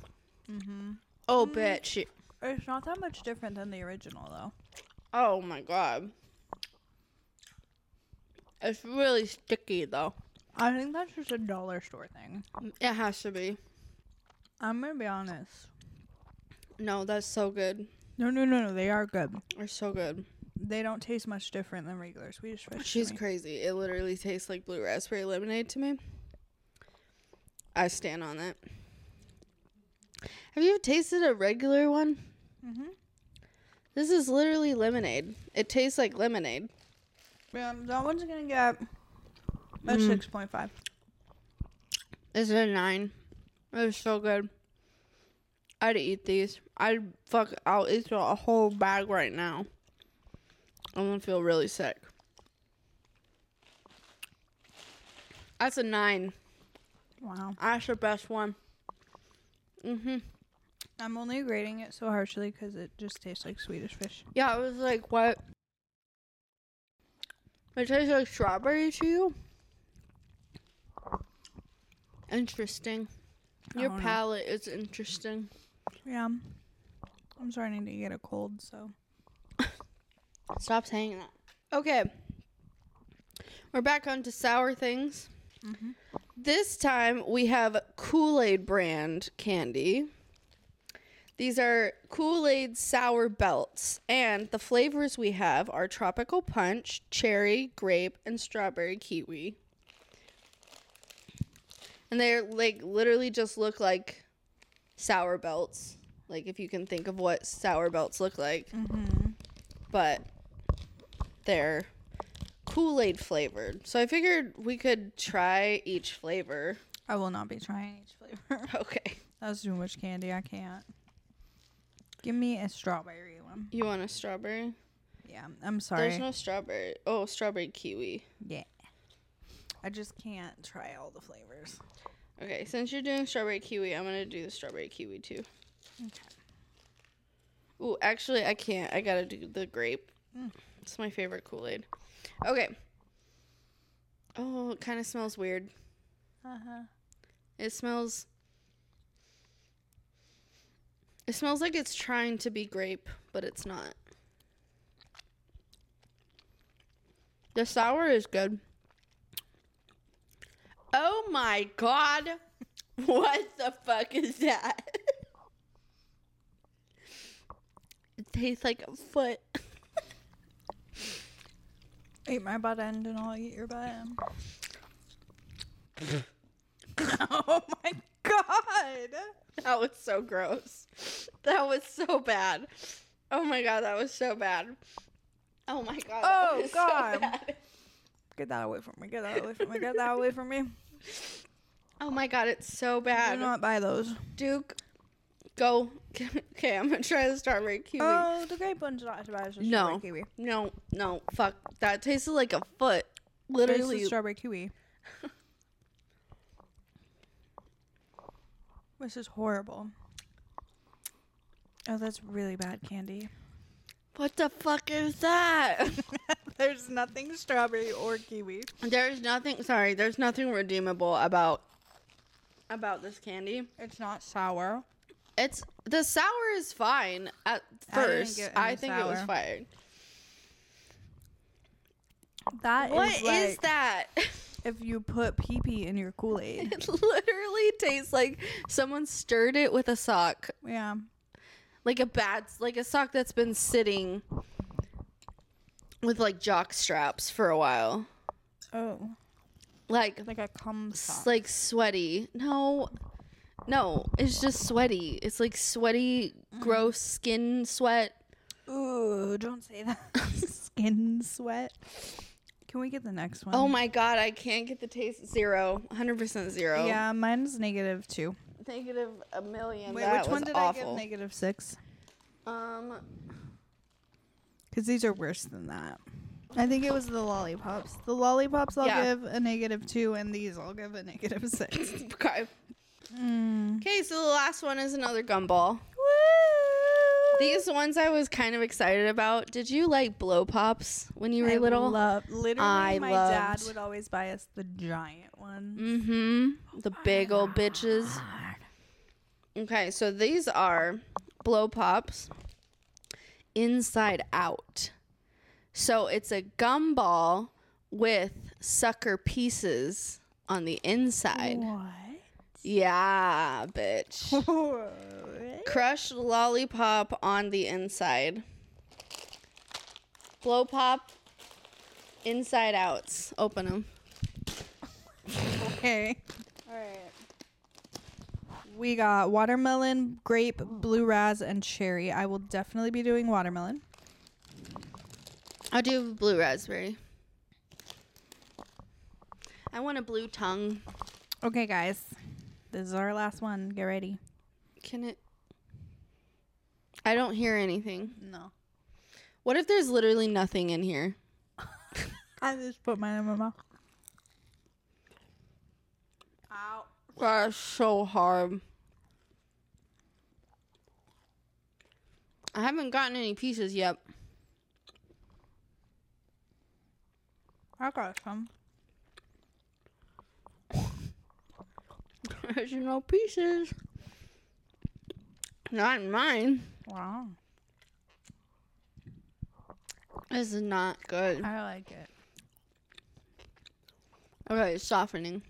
Speaker 1: Oh bitch.
Speaker 3: it's not that much different than the original though.
Speaker 1: Oh my god. It's really sticky though.
Speaker 3: I think that's just a dollar store thing.
Speaker 1: It has to be.
Speaker 3: I'm gonna be honest.
Speaker 1: No, that's so good.
Speaker 3: No no no no, they are good.
Speaker 1: They're so good.
Speaker 3: they don't taste much different than regular Swedish fish. to
Speaker 1: She's
Speaker 3: me.
Speaker 1: crazy. It literally tastes like blue raspberry lemonade to me. I stand on that. Have you tasted a regular one?
Speaker 3: Mhm.
Speaker 1: This is literally lemonade. It tastes like lemonade.
Speaker 3: Yeah, that one's gonna get a
Speaker 1: Mm.
Speaker 3: six point five.
Speaker 1: This is a nine. It was so good. I'd eat these. I'd fuck. I'll eat a whole bag right now. I'm gonna feel really sick. That's a nine.
Speaker 3: Wow.
Speaker 1: That's the best one. Mm-hmm.
Speaker 3: I'm only grading it so harshly because it just tastes like Swedish fish.
Speaker 1: Yeah, I was like, what? It tastes like strawberry to you? Interesting.
Speaker 3: I
Speaker 1: Your
Speaker 3: don't know.
Speaker 1: palate is interesting.
Speaker 3: Yeah. I'm starting to get a cold, so
Speaker 1: Stop saying that. Okay. We're back onto sour things. This time we have Kool Aid brand candy. These are Kool Aid sour belts, and the flavors we have are tropical punch, cherry, grape, and strawberry kiwi. And they're like literally just look like sour belts. Like if you can think of what sour belts look like
Speaker 3: Mm-hmm.
Speaker 1: but they're Kool Aid flavored. So I figured we could try each flavor. [laughs]
Speaker 3: I will not be trying each flavor. [laughs]
Speaker 1: Okay.
Speaker 3: That's too much candy. I can't. Give me a strawberry one.
Speaker 1: You want a strawberry?
Speaker 3: Yeah, I'm sorry.
Speaker 1: There's no strawberry. Oh, strawberry kiwi.
Speaker 3: yeah. I just can't try all the flavors.
Speaker 1: Okay, since you're doing strawberry kiwi, I'm gonna do the strawberry kiwi too.
Speaker 3: Okay.
Speaker 1: Ooh, actually, I can't. I gotta do the grape.
Speaker 3: Mm.
Speaker 1: It's my favorite Kool Aid. Okay. Oh, it kind of smells weird.
Speaker 3: Uh huh.
Speaker 1: It smells. It smells like it's trying to be grape, but it's not. The sour is good. Oh my god. [laughs] What the fuck is that? [laughs] it tastes like a foot. [laughs]
Speaker 3: Eat my butt end and I'll eat your butt [laughs] end. oh my god!
Speaker 1: That was so gross. That was so bad. Oh my god, that was so bad. Oh my god. that
Speaker 3: Oh,
Speaker 1: was so
Speaker 3: God.
Speaker 1: bad.
Speaker 3: Get that away from me. Get that away from me. Get that away from [laughs] me.
Speaker 1: Oh my god, it's so
Speaker 3: Do
Speaker 1: bad.
Speaker 3: not buy those.
Speaker 1: Duke, go. [laughs] okay, I'm gonna try the strawberry kiwi.
Speaker 3: Oh, the grape one's not to buy. It's just
Speaker 1: no,
Speaker 3: strawberry kiwi.
Speaker 1: no, no. Fuck, that tasted like a foot. Literally.
Speaker 3: There's the strawberry [laughs] kiwi. this is horrible. Oh, that's really bad candy.
Speaker 1: what the fuck is that?
Speaker 3: [laughs]
Speaker 1: [laughs]
Speaker 3: There's nothing strawberry or kiwi.
Speaker 1: there's nothing. Sorry, there's nothing redeemable about about this candy.
Speaker 3: It's not sour.
Speaker 1: It's the sour is fine at
Speaker 3: I didn't
Speaker 1: first.
Speaker 3: get any
Speaker 1: I, think it was
Speaker 3: sour.
Speaker 1: fine.
Speaker 3: That is
Speaker 1: What is
Speaker 3: like
Speaker 1: that? [laughs]
Speaker 3: If you put pee pee in your Kool Aid.
Speaker 1: it literally tastes like someone stirred it with a sock,
Speaker 3: yeah.
Speaker 1: like a bad, like a sock that's been sitting with like jock straps for a while,
Speaker 3: Oh,
Speaker 1: like
Speaker 3: like a cum
Speaker 1: s-
Speaker 3: sock.
Speaker 1: like sweaty. No, no, it's just sweaty. It's like sweaty, gross skin sweat.
Speaker 3: Ooh, don't
Speaker 1: [laughs]
Speaker 3: say that. Skin sweat. Can we get the next one?
Speaker 1: Oh my god, I can't get the taste. Zero, hundred percent zero.
Speaker 3: Yeah, mine's negative two.
Speaker 1: Negative a million.
Speaker 3: Wait,
Speaker 1: that
Speaker 3: which one
Speaker 1: was
Speaker 3: did I
Speaker 1: awful.
Speaker 3: give negative six?
Speaker 1: Um,
Speaker 3: Because these are worse than that. I think it was the lollipops. The lollipops I'll
Speaker 1: Yeah.
Speaker 3: give a negative two, and these I'll give a
Speaker 1: [laughs]
Speaker 3: negative [laughs] six.
Speaker 1: okay. Okay, so the last one is another gumball.
Speaker 3: Woo!
Speaker 1: These ones I was kind of excited about. Did you like blow pops when you were little?
Speaker 3: Love, literally,
Speaker 1: I
Speaker 3: my
Speaker 1: loved-
Speaker 3: dad would always buy us the giant one.
Speaker 1: mm-hmm. The big old bitches. Okay, so these are blow pops inside out. So it's a gumball with sucker pieces on the inside. Yeah, bitch.
Speaker 3: What?
Speaker 1: Crushed lollipop on the inside. Blow pop inside outs. Open them.
Speaker 3: okay. All right. We got watermelon, grape, blue raz, and cherry. I will definitely be doing watermelon.
Speaker 1: I'll do blue raspberry. I want a blue tongue.
Speaker 3: Okay, guys. This is our last one. Get ready.
Speaker 1: Can it? I don't hear anything.
Speaker 3: No.
Speaker 1: What if there's literally nothing in here?
Speaker 3: I just put mine in my mouth. Ow.
Speaker 1: That's so hard. I haven't gotten any pieces yet.
Speaker 3: I got some.
Speaker 1: There's no pieces. Not in mine.
Speaker 3: Wow.
Speaker 1: This is not good.
Speaker 3: I like it.
Speaker 1: Okay, it's softening.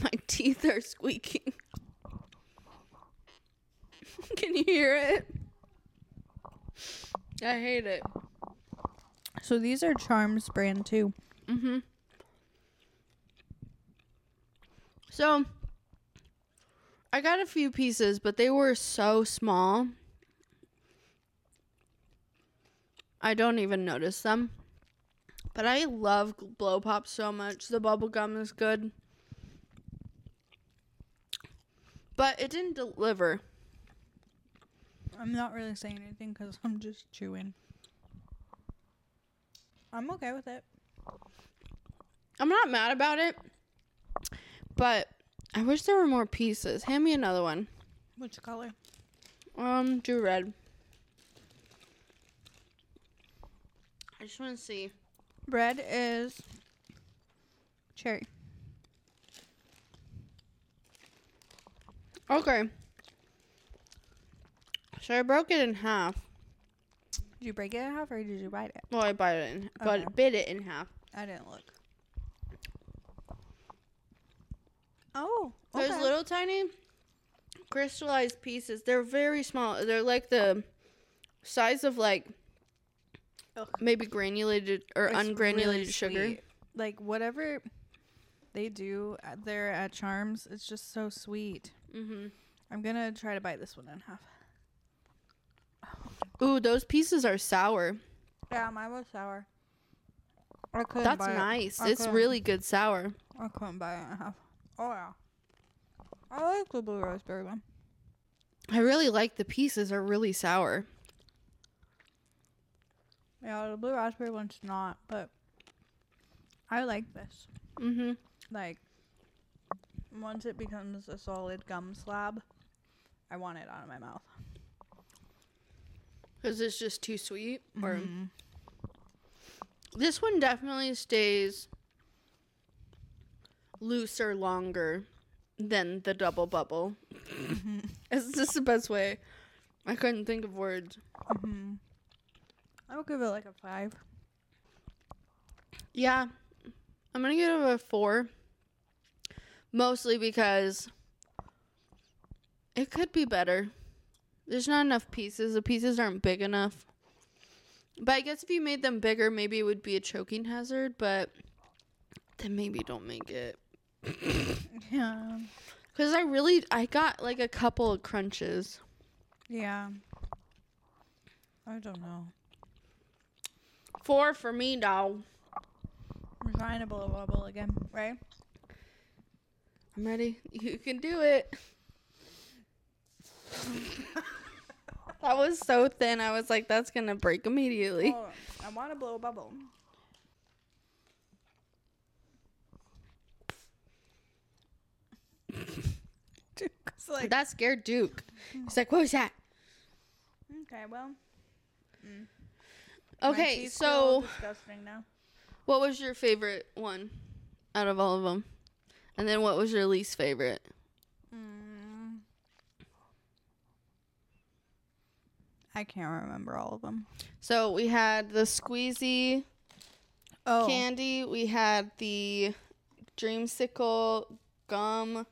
Speaker 1: My [laughs] teeth are squeaking. [laughs] Can you hear it? I hate it.
Speaker 3: So these are Charms brand too.
Speaker 1: Mm-hmm. So, I got a few pieces, but they were so small. I don't even notice them. But I love gl- Blow Pop so much. The bubble gum is good. But it didn't deliver.
Speaker 3: I'm not really saying anything because I'm just chewing. I'm okay with it.
Speaker 1: I'm not mad about it. But I wish there were more pieces. Hand me another one.
Speaker 3: Which color?
Speaker 1: Um, do red. I just want to see.
Speaker 3: Red is cherry.
Speaker 1: Okay. So I broke it in half.
Speaker 3: you break it in half or did you bite it?
Speaker 1: Well, I bite it in, but
Speaker 3: Okay.
Speaker 1: bit it in half.
Speaker 3: I didn't look. Oh,
Speaker 1: Those little tiny crystallized pieces. They're very small. They're like the size of like
Speaker 3: Ugh.
Speaker 1: maybe granulated or
Speaker 3: It's
Speaker 1: ungranulated
Speaker 3: really
Speaker 1: sugar.
Speaker 3: sweet. Like whatever they do at- there at Charms, it's just so sweet.
Speaker 1: hmm
Speaker 3: I'm gonna try to bite this one in half.
Speaker 1: Ooh, those pieces are sour.
Speaker 3: Yeah, mine was sour. I couldn't
Speaker 1: That's
Speaker 3: bite it.
Speaker 1: nice.
Speaker 3: I
Speaker 1: It's
Speaker 3: couldn't-
Speaker 1: really good sour.
Speaker 3: I couldn't bite it in half. Oh yeah. I like the blue raspberry one.
Speaker 1: I really like the pieces are really sour.
Speaker 3: Yeah, the blue raspberry one's not, but I like this.
Speaker 1: hmm
Speaker 3: Like once it becomes a solid gum slab, I want it out of my mouth.
Speaker 1: Cuz it's just too sweet or This one definitely stays looser longer than the double bubble. [laughs] Is this the best way? I couldn't think of words.
Speaker 3: Mm-hmm. I would give it like a five.
Speaker 1: Yeah, I'm gonna give it a four. Mostly because it could be better. There's not enough pieces. The pieces aren't big enough. But I guess if you made them bigger, maybe it would be a choking hazard. But then maybe don't make it.
Speaker 3: Yeah.
Speaker 1: Cause I really I got like a couple of crunches.
Speaker 3: Yeah. I don't know.
Speaker 1: Four for me now.
Speaker 3: We're trying to blow a bubble again, right?
Speaker 1: I'm ready. You can do it. that was so thin. I was like, that's gonna break immediately.
Speaker 3: Hold on. I want to blow a [laughs] bubble. Duke's like,
Speaker 1: That scared Duke. He's like, what was that?
Speaker 3: okay, well. my
Speaker 1: Okay,
Speaker 3: teeth feel
Speaker 1: so
Speaker 3: disgusting now.
Speaker 1: what was your favorite one out of all of them? And then what was your least favorite?
Speaker 3: Mm. I can't remember all of them.
Speaker 1: So we had the squeezy
Speaker 3: Oh,
Speaker 1: candy. We had the dreamsicle gum.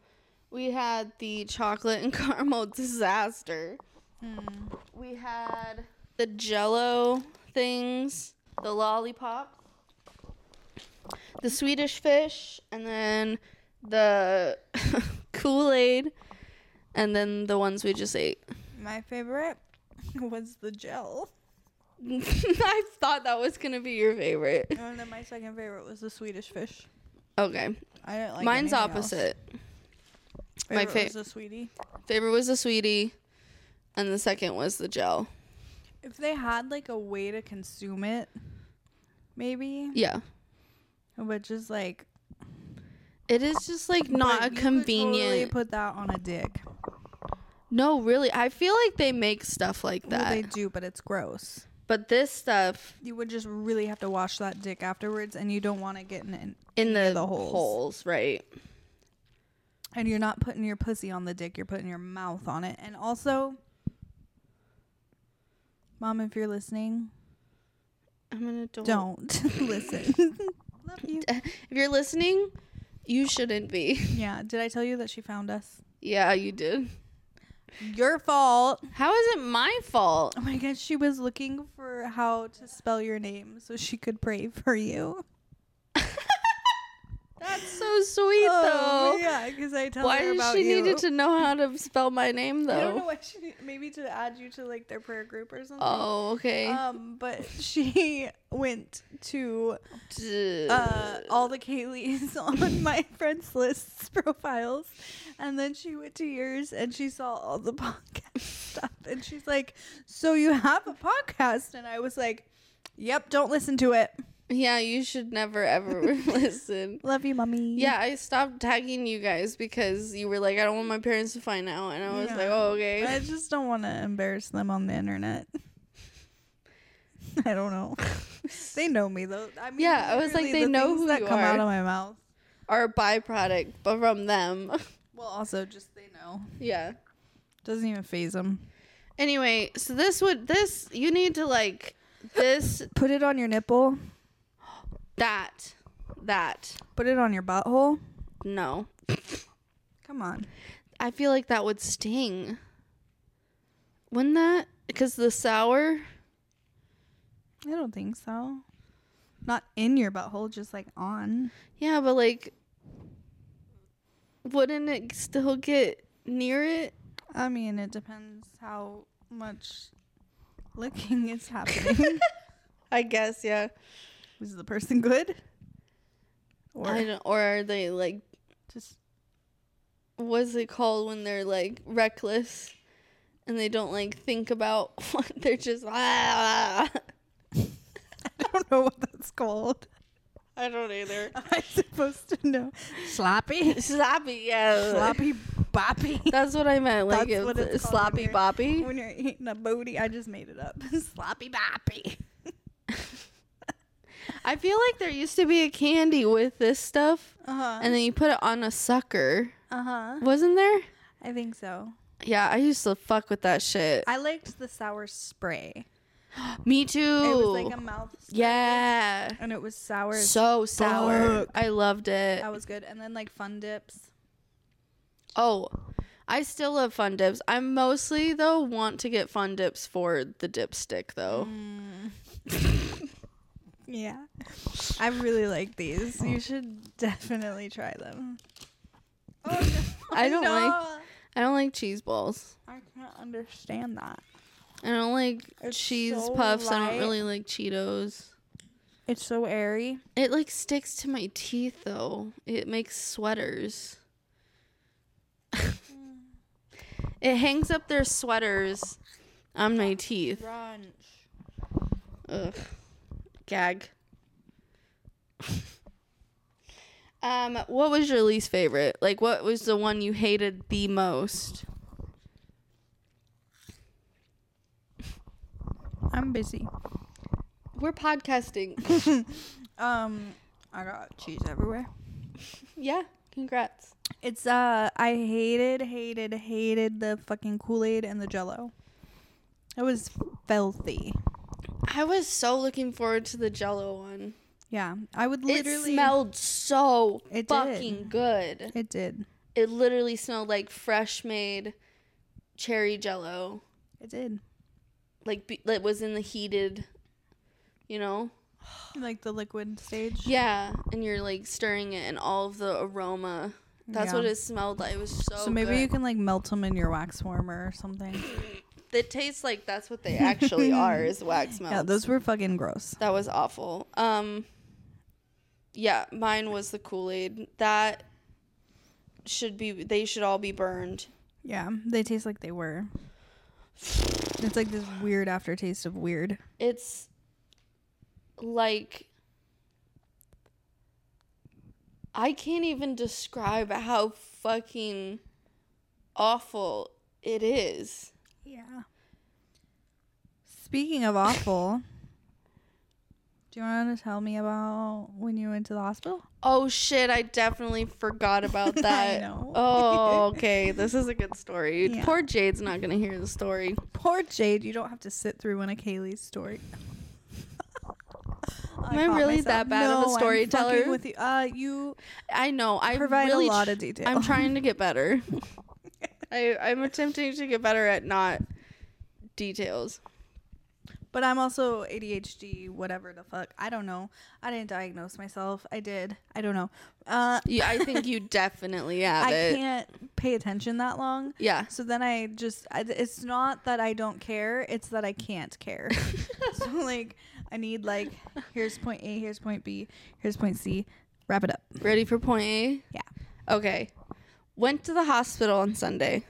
Speaker 1: We had the chocolate and [laughs] caramel disaster.
Speaker 3: Hmm.
Speaker 1: We had the jello things, the lollipop, the Swedish fish, and then the [laughs] Kool Aid, and then the ones we just ate. [laughs]
Speaker 3: my favorite [laughs] was the gel.
Speaker 1: I thought that was going to be your favorite.
Speaker 3: And then my second favorite was the Swedish fish.
Speaker 1: Okay.
Speaker 3: I didn't like
Speaker 1: Mine's
Speaker 3: anything else.
Speaker 1: opposite. My
Speaker 3: Favorite
Speaker 1: fa-
Speaker 3: was the sweetie.
Speaker 1: Favorite was the sweetie, and the second was the gel.
Speaker 3: If they had like a way to consume it, maybe,
Speaker 1: Yeah,
Speaker 3: which is like
Speaker 1: it is just like not
Speaker 3: but
Speaker 1: a
Speaker 3: you could
Speaker 1: convenient.
Speaker 3: Totally put that on a dick.
Speaker 1: no, really, I feel like they make stuff like
Speaker 3: Well,
Speaker 1: that,
Speaker 3: they do, but it's gross.
Speaker 1: but this stuff
Speaker 3: You would just really have to wash that dick afterwards, and you don't want it getting in.
Speaker 1: in the,
Speaker 3: the holes.
Speaker 1: holes. right?
Speaker 3: And you're not putting your pussy on the dick; you're putting your mouth on it. And also, mom, if you're listening,
Speaker 1: I'm gonna don't.
Speaker 3: don't [laughs] listen. Love you.
Speaker 1: [laughs] If you're listening, you shouldn't be. [laughs]
Speaker 3: Yeah. Did I tell you that she found us?
Speaker 1: yeah, you did.
Speaker 3: Your fault.
Speaker 1: How is it my fault?
Speaker 3: Oh my god, she was looking for how to spell your name so she could pray for you.
Speaker 1: That's so sweet
Speaker 3: Oh,
Speaker 1: though.
Speaker 3: yeah, because I tell
Speaker 1: Why
Speaker 3: her
Speaker 1: did
Speaker 3: about
Speaker 1: she
Speaker 3: you.
Speaker 1: needed to know how to spell my name
Speaker 3: I don't know
Speaker 1: though?
Speaker 3: why she need- maybe to add you to like their prayer group or something.
Speaker 1: Oh, okay.
Speaker 3: Um, but she [laughs] went to
Speaker 1: D-
Speaker 3: uh all the Kaylee's [laughs] on my friends list's [laughs] profiles, and then she went to yours and she saw all the [laughs] podcast stuff, and she's like, "So you have a podcast?" And I was like, "Yep, don't listen to it.
Speaker 1: Yeah, you should never ever [laughs] listen.
Speaker 3: Love you, mommy."
Speaker 1: Yeah, I stopped tagging you guys because you were like, I don't want my parents to find out. And I was
Speaker 3: Yeah.
Speaker 1: like, oh, okay.
Speaker 3: I just don't want to embarrass them on the internet. [laughs] I don't
Speaker 1: [laughs]
Speaker 3: know. they know me though. I mean,
Speaker 1: Yeah, I was like,
Speaker 3: literally
Speaker 1: they
Speaker 3: the
Speaker 1: know
Speaker 3: things
Speaker 1: who
Speaker 3: that
Speaker 1: you
Speaker 3: come out
Speaker 1: are.
Speaker 3: of my mouth.
Speaker 1: Or a byproduct, but from them. [laughs]
Speaker 3: Well, also just they know.
Speaker 1: yeah.
Speaker 3: Doesn't even phase them.
Speaker 1: Anyway, so this would, this, you need to like This,
Speaker 3: Put it on your nipple.
Speaker 1: that, that.
Speaker 3: Put it on your butthole.
Speaker 1: No.
Speaker 3: Come on.
Speaker 1: I feel like that would sting. Wouldn't that? Because the sour.
Speaker 3: I don't think so. Not in your butthole, just like on.
Speaker 1: Yeah, but like, wouldn't it still get near it?
Speaker 3: I mean, it depends how much licking is happening.
Speaker 1: I guess, yeah.
Speaker 3: is the person good? Or
Speaker 1: I don't, or are they like,
Speaker 3: just [laughs]
Speaker 1: what's it called when they're like reckless and they don't like think about [laughs] what they're just. Ah.
Speaker 3: I don't know what that's called. [laughs]
Speaker 1: I don't either.
Speaker 3: Am I supposed to know? [laughs] Sloppy,
Speaker 1: Sloppy, yeah.
Speaker 3: sloppy, boppy.
Speaker 1: That's what I meant. Like,
Speaker 3: That's what
Speaker 1: it's
Speaker 3: it's called
Speaker 1: sloppy
Speaker 3: when you're-
Speaker 1: boppy.
Speaker 3: [laughs] When you're eating a booty, I just made it up. sloppy boppy.
Speaker 1: I feel like there used to be a candy with this stuff,
Speaker 3: Uh huh.
Speaker 1: and then you put it on a sucker.
Speaker 3: Uh huh.
Speaker 1: Wasn't there?
Speaker 3: I think so.
Speaker 1: Yeah, I used to fuck with that shit.
Speaker 3: I liked the sour spray.
Speaker 1: Me too.
Speaker 3: It was like a mouth. spray,
Speaker 1: yeah.
Speaker 3: And it was sour. as
Speaker 1: So sour.
Speaker 3: fuck.
Speaker 1: I loved it.
Speaker 3: That was good. And then like fun dips.
Speaker 1: Oh, I still love fun dips. I mostly though want to get fun dips for the dipstick though.
Speaker 3: Mm. Yeah. I really like these. You should definitely try them. Oh, no.
Speaker 1: I don't like- I don't like cheese balls.
Speaker 3: I can't understand that.
Speaker 1: I don't like
Speaker 3: It's
Speaker 1: cheese
Speaker 3: so
Speaker 1: puffs. I
Speaker 3: light.
Speaker 1: don't really like Cheetos.
Speaker 3: It's so airy.
Speaker 1: It like sticks to my teeth though. It makes
Speaker 3: [laughs]
Speaker 1: sweaters. it hangs up their sweaters on my teeth.
Speaker 3: Brunch.
Speaker 1: Ugh. Gag. um, what was your least favorite? Like what was the one you hated the most?
Speaker 3: I'm busy.
Speaker 1: We're [laughs] podcasting.
Speaker 3: Um, I got cheese everywhere.
Speaker 1: yeah. Congrats.
Speaker 3: It's uh, I hated, hated, hated the fucking Kool Aid and the Jello. It was filthy.
Speaker 1: I was so looking forward to the jello one.
Speaker 3: Yeah, I would literally.
Speaker 1: it smelled so
Speaker 3: It did.
Speaker 1: fucking good.
Speaker 3: It did.
Speaker 1: It literally smelled like fresh made cherry jello.
Speaker 3: It did.
Speaker 1: Like be- that was in the heated, you know?
Speaker 3: Like the liquid stage.
Speaker 1: Yeah, and you're like stirring it and all of the aroma. That's
Speaker 3: Yeah.
Speaker 1: what it smelled like. It was so
Speaker 3: So maybe you can like melt them in your wax warmer or something.
Speaker 1: It tastes like that's what
Speaker 3: [laughs]
Speaker 1: they actually are is wax melts.
Speaker 3: Yeah, those were fucking gross.
Speaker 1: That was awful. Um Yeah, mine was the Kool-Aid. That should be they should all be burned.
Speaker 3: Yeah, they taste like they were. It's like this weird aftertaste of weird.
Speaker 1: It's like I can't even describe how fucking awful it is.
Speaker 3: Yeah. Speaking of awful, do you want to tell me about when you went to the hospital?
Speaker 1: Oh shit, I definitely forgot about
Speaker 3: [laughs] I
Speaker 1: that.
Speaker 3: know. [laughs]
Speaker 1: Oh, okay. This is a good story.
Speaker 3: Yeah.
Speaker 1: Poor Jade's not going to hear the story.
Speaker 3: Poor Jade, you don't have to sit through one of Kaylee's [laughs] story.
Speaker 1: Am I
Speaker 3: caught
Speaker 1: really that bad of a
Speaker 3: No, I'm
Speaker 1: storyteller?
Speaker 3: fucking With you, uh, you
Speaker 1: I know. I
Speaker 3: provide
Speaker 1: really
Speaker 3: a lot
Speaker 1: tr-
Speaker 3: of detail.
Speaker 1: I'm trying to get
Speaker 3: [laughs]
Speaker 1: better. I I'm attempting to get better at not details.
Speaker 3: But I'm also ADHD, whatever the fuck. I don't know. I didn't diagnose myself. I did. I don't know. Uh,
Speaker 1: Yeah, I think
Speaker 3: [laughs]
Speaker 1: you definitely have
Speaker 3: I
Speaker 1: it.
Speaker 3: can't pay attention that long.
Speaker 1: Yeah.
Speaker 3: So then I just, I, it's not that I don't care, it's that I can't
Speaker 1: [laughs]
Speaker 3: care. so, like, I need, like, here's point A, here's point B, here's point C. Wrap it up.
Speaker 1: Ready for point A?
Speaker 3: Yeah.
Speaker 1: Okay. Went to the hospital on Sunday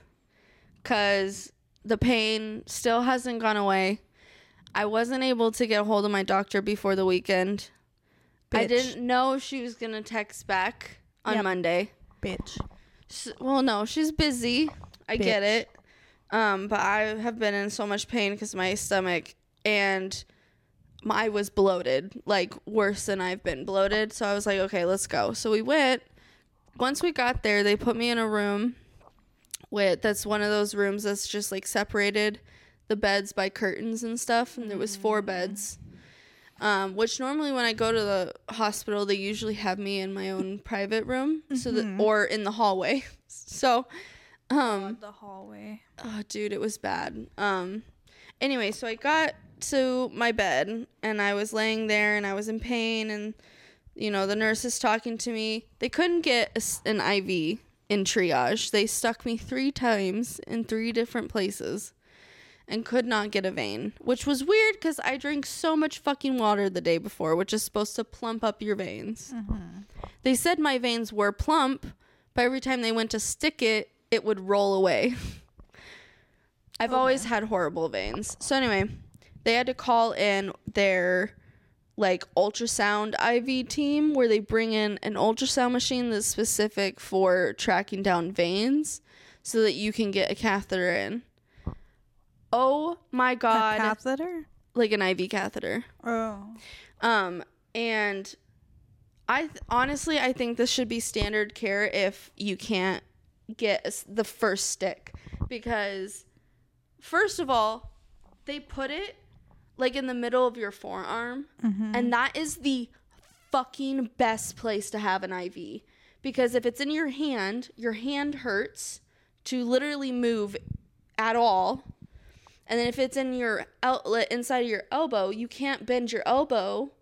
Speaker 1: because the pain still hasn't gone away. I wasn't able to get a hold of my doctor before the weekend. I
Speaker 3: Bitch.
Speaker 1: didn't know she was going to text back on
Speaker 3: Yep.
Speaker 1: Monday.
Speaker 3: Bitch.
Speaker 1: S well, no, she's busy. I get
Speaker 3: Bitch.
Speaker 1: it. Um, but I have been in so much pain because my stomach and my, I was bloated, like worse than I've been bloated. So I was like, okay, let's go. So we went. Once we got there, they put me in a room with that's one of those rooms that's just like separated the beds by curtains and stuff. And there was four beds. um, which normally when I go to the hospital, they usually have me in my own private room, so that or in the hallway. [laughs] So, um,
Speaker 3: the hallway.
Speaker 1: oh, dude, it was bad. Um, anyway, so I got to my bed and I was laying there and I was in pain and you know the nurse is talking to me. They couldn't get a s an IV in triage. They stuck me three times in three different places and could not get a vein, which was weird because I drank so much fucking water the day before, which is supposed to plump up your veins. They said my veins were plump, but every time they went to stick it, it would roll away. [laughs] I've always had horrible veins. So, anyway, they had to call in their like ultrasound IV team where they bring in an ultrasound machine that's specific for tracking down veins so that you can get a catheter in. Oh my god,
Speaker 3: catheter.
Speaker 1: like an IV catheter.
Speaker 3: [laughs] Oh,
Speaker 1: Um and I th- honestly I think this should be standard care if you can't get s- the first stick because first of all, they put it like in the middle of your forearm and that is the fucking best place to have an IV because if it's in your hand, your hand hurts to literally move at all. And then if it's in your outlet inside of your elbow, you can't bend your elbow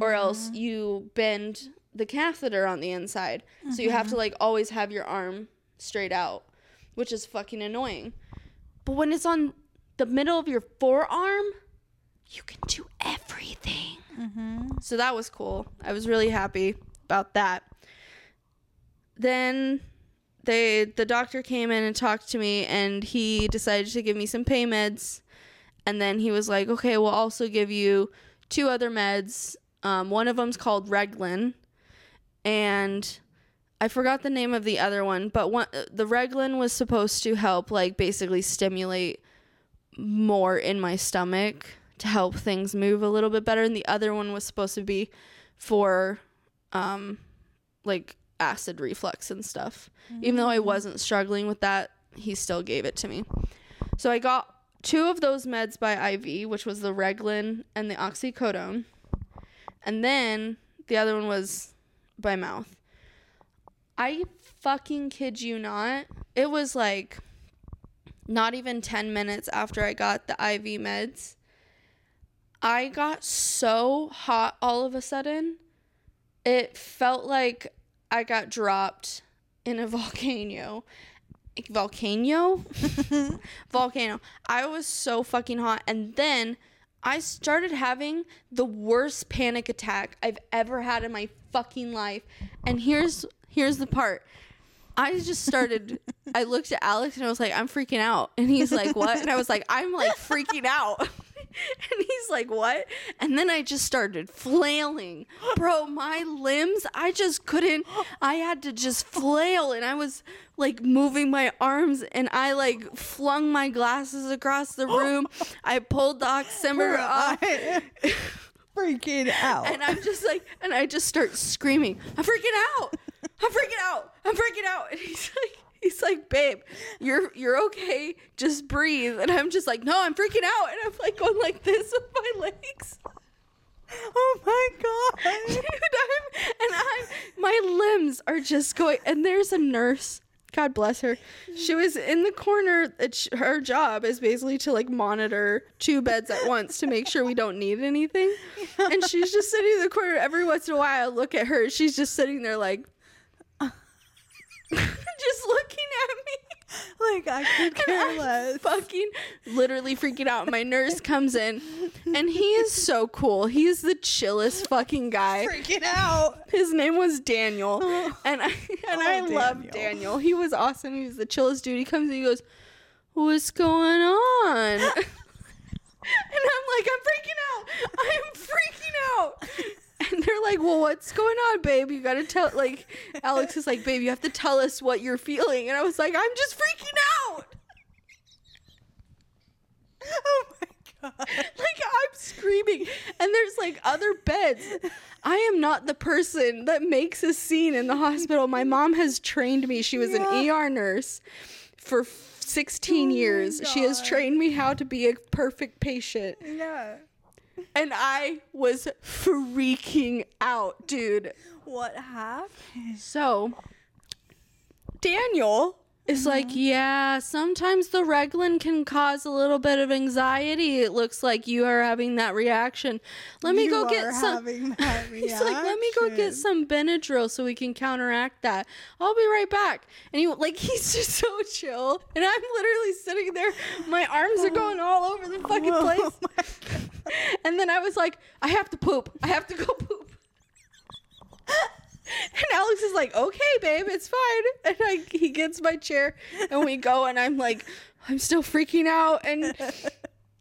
Speaker 1: or else you bend the catheter on the inside. So you have to like always have your arm straight out, which is fucking annoying. But when it's on the middle of your forearm, you can do everything. So that was cool. I was really happy about that. Then they the doctor came in and talked to me and he decided to give me some pain meds and then he was like, "Okay, we'll also give you two other meds. Um, one of them's called Reglan, and I forgot the name of the other one, but one uh, the Reglan was supposed to help like basically stimulate more in my stomach to help things move a little bit better, and the other one was supposed to be for um, like acid reflux and stuff. Even though I wasn't struggling with that, he still gave it to me. So I got two of those meds by IV, which was the Reglan and the oxycodone. And then the other one was by mouth. I fucking kid you not. It was like not even 10 minutes after I got the IV meds. I got so hot all of a sudden. It felt like I got dropped in a [laughs] volcano. Volcano? [laughs] volcano. I was so fucking hot. And then I started having the worst panic attack I've ever had in my fucking life. And here's here's the part. I just started I looked at Alex and I was like, I'm freaking out. And he's like, What? And I was like, I'm like freaking out. [laughs] and he's like, What? And then I just started flailing. Bro, my limbs, I just couldn't I had to just flail and I was like moving my arms and I like flung my glasses across the room. I pulled the oximeter off
Speaker 3: freaking out.
Speaker 1: and I'm just like, and I just start screaming. I'm freaking out. I'm freaking out. I'm freaking out. And he's like, he's like, babe, you're you're okay. Just breathe. And I'm just like, no, I'm freaking out. And I'm like going like this with my legs.
Speaker 3: oh my
Speaker 1: Dude, [laughs] I'm and I'm my limbs are just going. And there's a nurse. God bless her. She was in the corner. It's, her job is basically to like monitor two beds at once to make sure we don't need anything. And she's just sitting in the corner. Every once in a while, I look at her. She's just sitting there like, [laughs] just looking at me
Speaker 3: like I
Speaker 1: [laughs]
Speaker 3: could care
Speaker 1: I'm
Speaker 3: less.
Speaker 1: fucking literally freaking out. My nurse comes in, and he is so cool. He is the chillest fucking guy.
Speaker 3: Freaking out.
Speaker 1: His name was Daniel, and I and I love
Speaker 3: Daniel.
Speaker 1: Daniel. He was awesome. He was the chillest dude. He comes and he goes, "What's going on?" [laughs] and I'm like, "I'm freaking out. I'm freaking out." And they're like, "Well, what's going on, babe? You gotta tell." Like, Alex is like, "Babe, you have to tell us what you're feeling." And I was like, "I'm just freaking out."
Speaker 3: [laughs] Oh my god.
Speaker 1: [laughs] like I'm screaming, and there's like other beds. I am not the person that makes a scene in the hospital. My mom has trained me. She was an ER nurse for f- 16 years. She has
Speaker 3: God.
Speaker 1: trained me how to be a perfect patient.
Speaker 3: Yeah.
Speaker 1: and I was freaking out, dude.
Speaker 3: What happened?
Speaker 1: So Daniel is
Speaker 3: Mm-hmm.
Speaker 1: like, yeah, sometimes the Reglan can cause a little bit of anxiety. It looks like you are having that reaction. Let me
Speaker 3: You
Speaker 1: go
Speaker 3: are
Speaker 1: get some.
Speaker 3: having that
Speaker 1: [laughs] He's like, let me go get
Speaker 3: reaction."
Speaker 1: some Benadryl so we can counteract that. I'll be right back. And he like [laughs] he's just so chill, and I'm literally sitting there, my arms
Speaker 3: [laughs]
Speaker 1: are going all over the fucking
Speaker 3: Whoa, [laughs]
Speaker 1: place.
Speaker 3: Oh my
Speaker 1: [laughs]
Speaker 3: God.
Speaker 1: And then I was like, I have to poop. I have to go [laughs] poop. And Alex is like, okay, babe, it's fine. And I, he gets my chair and we go, and I'm like, I'm still freaking out. And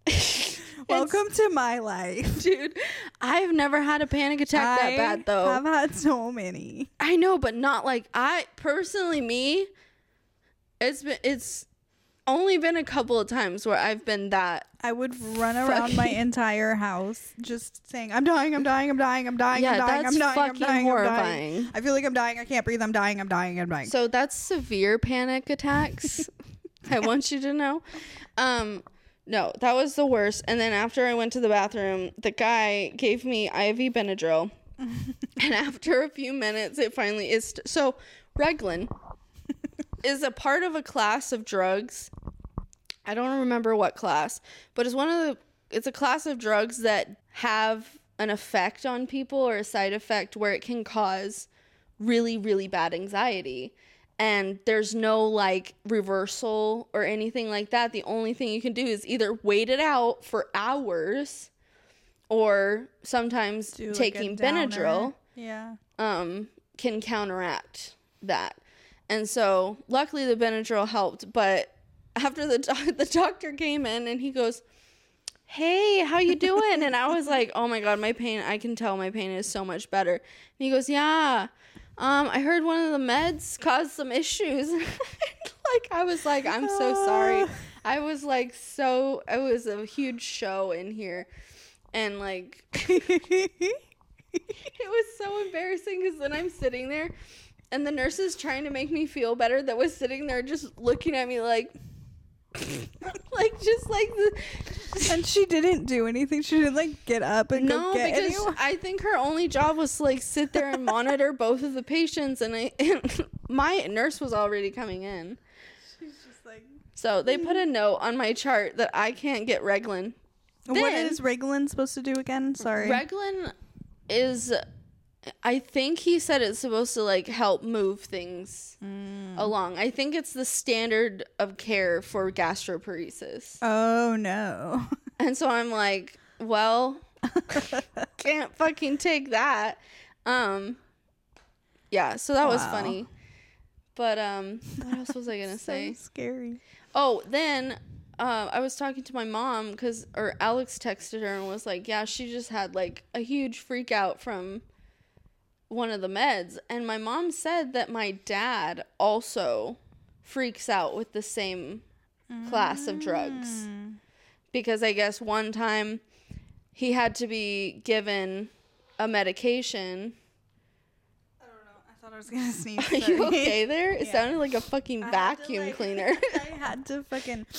Speaker 1: it's-
Speaker 3: Welcome to my life.
Speaker 1: dude. I've never had a panic attack that bad, though.
Speaker 3: I've had so many.
Speaker 1: I know, but not like I personally me. It's been it's only been a couple of times where I've been that.
Speaker 3: I would run around my
Speaker 1: Fucking-
Speaker 3: entire house just saying, I'm dying, I'm dying, I'm dying, I'm dying, I'm
Speaker 1: Yeah,
Speaker 3: dying,
Speaker 1: that's
Speaker 3: I'm dying, I'm
Speaker 1: fucking
Speaker 3: dying, I'm dying.
Speaker 1: horrifying.
Speaker 3: I feel like I'm dying, I can't breathe, I'm dying, I'm dying, I'm dying.
Speaker 1: So that's severe panic attacks. I want you to know. Um no, that was the worst. And then after I went to the bathroom, the guy gave me IV Benadryl. and after a few minutes, it finally is. St- so, Reglan is a part of a class of drugs I don't remember what class, but it's one of the it's a class of drugs that have an effect on people or a side effect where it can cause really really bad anxiety. And there's no like reversal or anything like that. The only thing you can do is either wait it out for hours or sometimes
Speaker 3: Do like a
Speaker 1: taking
Speaker 3: downer.
Speaker 1: Benadryl
Speaker 3: Yeah. [laughs]
Speaker 1: um, can counteract that. And so, luckily, the Benadryl helped. But after the doc- [laughs] the doctor came in and he goes, "Hey, how you doing?" and I was like, "Oh my god, my pain! I can tell my pain is so much better." And he goes, "Yeah, um, I heard one of the meds caused some issues." [laughs] like I was like, "I'm so sorry." I was like, so it was a huge show in here, and like [laughs] it was so embarrassing because then I'm sitting there and the nurse is trying to make me feel better that was sitting there just looking at me like [laughs] like just like the
Speaker 3: and she didn't do anything. She didn't like get up and
Speaker 1: no
Speaker 3: go get
Speaker 1: because [laughs]
Speaker 3: anyone. [laughs]
Speaker 1: I think her only job was to like sit there and monitor both of the patients and I and [laughs] my nurse was already coming in
Speaker 3: She's just like,
Speaker 1: so they put a note on my chart that I can't get Reglan
Speaker 3: what
Speaker 1: Then-
Speaker 3: is Reglan supposed to do again? Sorry.
Speaker 1: Reglan is I think he said it's supposed to like help move things
Speaker 3: Mm.
Speaker 1: along. I think it's the standard of care for gastroparesis.
Speaker 3: [laughs] oh no. [laughs]
Speaker 1: And so I'm like, well, can't fucking take that. Um yeah, so that was
Speaker 3: Wow.
Speaker 1: funny. But um what else was I going to
Speaker 3: [laughs] so
Speaker 1: say?
Speaker 3: scary.
Speaker 1: Oh, then uh, I was talking to my mom because, or Alex texted her and was like, "Yeah, she just had like a huge freak out from one of the meds." And my mom said that my dad also freaks out with the same class of drugs
Speaker 3: Mm.
Speaker 1: because I guess one time he had to be given a medication. [laughs]
Speaker 3: I don't know. I thought I was gonna sneeze.
Speaker 1: Are you okay there? It sounded like a fucking
Speaker 3: I had to,
Speaker 1: vacuum
Speaker 3: like-
Speaker 1: cleaner.
Speaker 3: [laughs] I had to fucking [sniffs]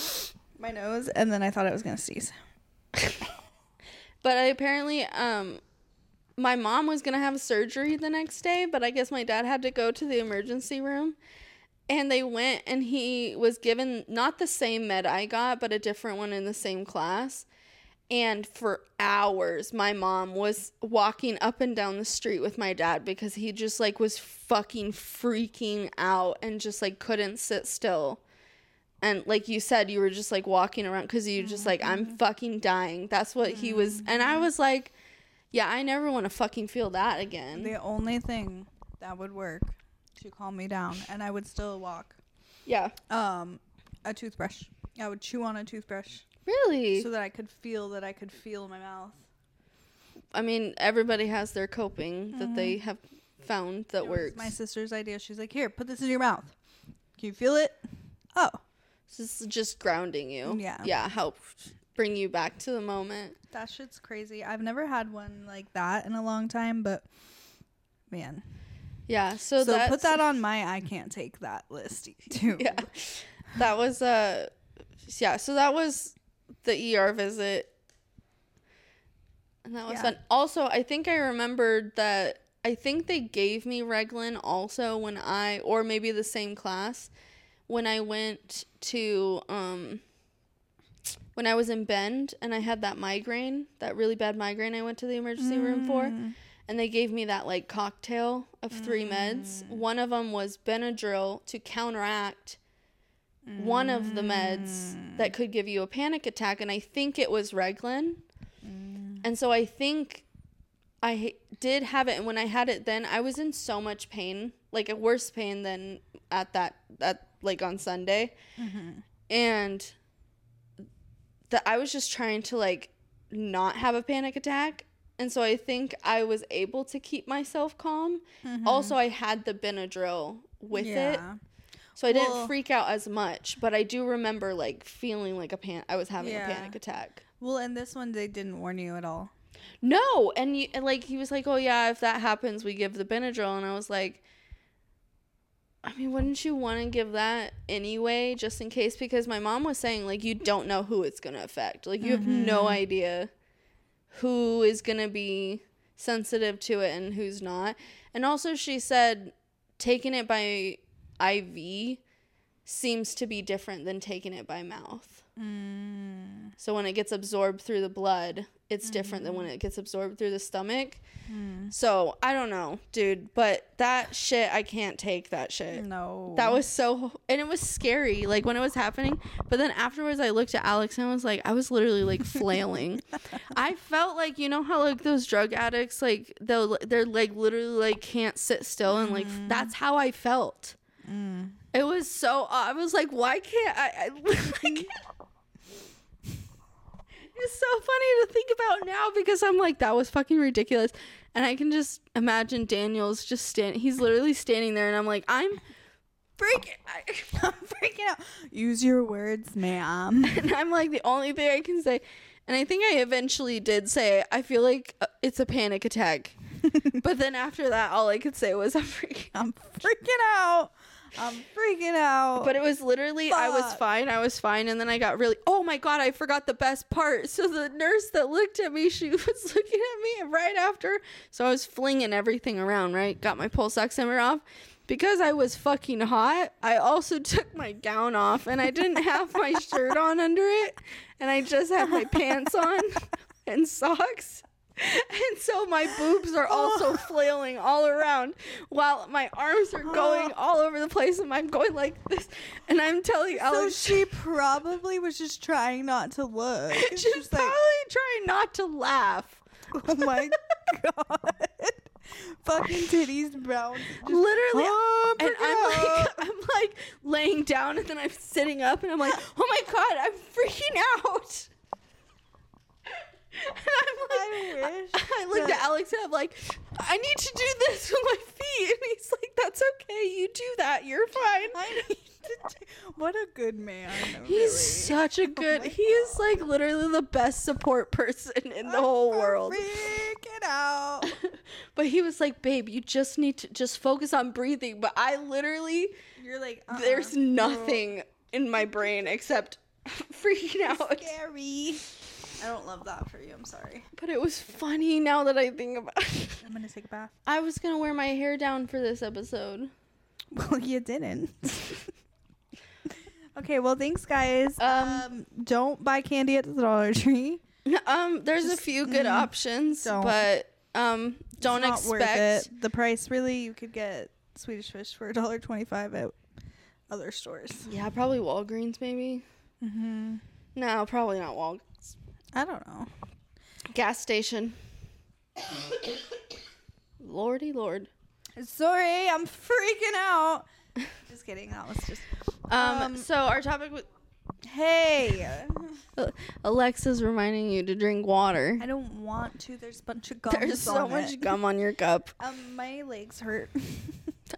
Speaker 3: my nose, and then I thought I was gonna sneeze.
Speaker 1: But I apparently, um, my mom was gonna have surgery the next day, but I guess my dad had to go to the emergency room. And they went, and he was given not the same med I got, but a different one in the same class. And for hours, my mom was walking up and down the street with my dad because he just like was fucking freaking out and just like couldn't sit still and like you said you were just like walking around because you just like i'm fucking dying that's what he was and i was like yeah i never want to fucking feel that again
Speaker 3: The only thing that would work to calm me down, and I would still walk.
Speaker 1: yeah
Speaker 3: Um, a toothbrush. I would chew on a toothbrush
Speaker 1: really
Speaker 3: so that I could feel that I could feel my mouth.
Speaker 1: i mean everybody has their coping that they have found that
Speaker 3: It Mm-hmm. was
Speaker 1: works
Speaker 3: My sister's idea. She's like, "Here, put this in your mouth. Can you feel it?" Oh,
Speaker 1: this is just grounding you
Speaker 3: Yeah.
Speaker 1: yeah help bring you back to the moment
Speaker 3: that shit's crazy. I've never had one like that in a long time, but man.
Speaker 1: yeah so,
Speaker 3: So
Speaker 1: that's,
Speaker 3: put that on my I can't take that
Speaker 1: [laughs]
Speaker 3: list too.
Speaker 1: yeah that was uh yeah so that was the er visit E And that was
Speaker 3: Yeah.
Speaker 1: fun. Also, I think I remembered that I think they gave me Reglan also when I or maybe the same class when I went to um when I was in Bend and I had that migraine, that really bad migraine I went to the emergency room for. And they gave me that like cocktail of three meds. One of them was Benadryl to counteract one of the meds that could give you a panic attack, and I think it was Reglan. And so I think I ha- did have it, and when I had it, then I was in so much pain, like a worse pain than at that that like on Sunday, and that I was just trying to like not have a panic attack. And so I think I was able to keep myself calm. Also, I had the Benadryl with it.
Speaker 3: yeah.
Speaker 1: So I didn't
Speaker 3: Well-
Speaker 1: freak out as much, but I do remember like feeling like a pan. I was having
Speaker 3: Yeah.
Speaker 1: a panic attack.
Speaker 3: Well, and this one they didn't warn you at all.
Speaker 1: No, and, you, and like he was like, "Oh yeah, if that happens, we give the Benadryl." And I was like, "I mean, wouldn't you want to give that anyway, just in case?" Because my mom was saying like, "You don't know who it's gonna affect. Like you have
Speaker 3: Mm-hmm.
Speaker 1: no idea who is gonna be sensitive to it and who's not." And also, she said taking it by IV seems to be different than taking it by mouth. So when it gets absorbed through the blood, it's different than when it gets absorbed through the stomach. So I don't know, dude, but that shit, I can't take that shit.
Speaker 3: No.
Speaker 1: That was so, and it was scary, like when it was happening. But then afterwards, I looked at Alex and I was like, I was literally like flailing. I felt like you know how like those drug addicts, like they'll they're like literally like can't sit still, and like that's how I felt. It was so. I was like, why can't I? [laughs] I like, it's so funny to think about now because I'm like, that was fucking ridiculous. And I can just imagine Daniel's just stand. He's literally standing there, and I'm like, I'm freaking. I-
Speaker 3: [laughs] I'm freaking out. Use your
Speaker 1: [laughs]
Speaker 3: words, ma'am.
Speaker 1: and I'm like, the only thing I can say. And I think I eventually did say, I feel like uh, it's a panic attack. but then after that, all I could say was, I'm freaking.
Speaker 3: I'm freaking out. I'm freaking out.
Speaker 1: But it was literally, I was
Speaker 3: Fuck.
Speaker 1: fine, I was fine. And then I got really, oh my God, I forgot the best part. [laughs] So the nurse that looked at me, she [laughs] was looking at me right after. So I was flinging everything around, right? Got my pulse oximeter off. Because I was fucking hot, I also [laughs] took my gown off and I didn't have my shirt on under it. And I just had my pants on [laughs] and socks. And so my boobs are also flailing all around while my arms are going all over the place and I'm going like this. And I'm telling
Speaker 3: so
Speaker 1: Alex,
Speaker 3: she probably was just trying not to look. She's
Speaker 1: [laughs] she's
Speaker 3: just
Speaker 1: probably
Speaker 3: like,
Speaker 1: trying not to laugh.
Speaker 3: oh my god, [laughs] fucking titties
Speaker 1: [laughs]
Speaker 3: brown. Just,
Speaker 1: Literally,
Speaker 3: oh,
Speaker 1: and
Speaker 3: freaking
Speaker 1: I'm [laughs] like,
Speaker 3: out.
Speaker 1: I'm like laying down, and then I'm sitting up, and I'm like, oh my god, I'm freaking out. [laughs] And I'm like,
Speaker 3: I wish
Speaker 1: I looked
Speaker 3: that-
Speaker 1: at Alex and I'm like, I need to do this [laughs] with my feet, and he's like, that's okay, you do that, you're fine.
Speaker 3: I
Speaker 1: [laughs]
Speaker 3: need to t- what a good man.
Speaker 1: He's
Speaker 3: really. Oh
Speaker 1: such
Speaker 3: [laughs]
Speaker 1: a good.
Speaker 3: my
Speaker 1: he is like literally the best support [laughs] person in the whole
Speaker 3: I'm
Speaker 1: world.
Speaker 3: Freaking out.
Speaker 1: [laughs] but he was like, "Babe, you just need to just focus on breathing." But I literally
Speaker 3: You're like,
Speaker 1: [laughs]
Speaker 3: uh-uh.
Speaker 1: there's nothing in my brain except [laughs] freaking out.
Speaker 3: scary. I don't love that for you. I'm sorry.
Speaker 1: But it was funny now that I think about. it. [laughs]
Speaker 3: I'm gonna take a bath.
Speaker 1: I was gonna wear my hair down for this episode.
Speaker 3: [laughs]
Speaker 1: [laughs]
Speaker 3: Well, you didn't. okay, well, thanks, guys. Um,
Speaker 1: Um,
Speaker 3: don't buy candy at the Dollar Tree.
Speaker 1: Um, there's a few good options,
Speaker 3: mm-hmm. don't.
Speaker 1: but um, don't
Speaker 3: Not
Speaker 1: expect.
Speaker 3: worth it. The price, really, you could get Swedish fish for $1.25 at other stores.
Speaker 1: Yeah, probably Walgreens maybe.
Speaker 3: Mm-hmm.
Speaker 1: No, probably not Walgreens.
Speaker 3: I don't know.
Speaker 1: Gas station. Lordy lord.
Speaker 3: Sorry, I'm
Speaker 1: [laughs]
Speaker 3: freaking out. just kidding. That was just.
Speaker 1: Um,
Speaker 3: Um,
Speaker 1: so our topic was
Speaker 3: Hey,
Speaker 1: uh, Alexa's reminding you to drink water.
Speaker 3: I don't want to. There's a bunch of gum.
Speaker 1: There's so
Speaker 3: on
Speaker 1: much
Speaker 3: it.
Speaker 1: gum on your cup.
Speaker 3: [laughs] Um, my legs hurt. [laughs]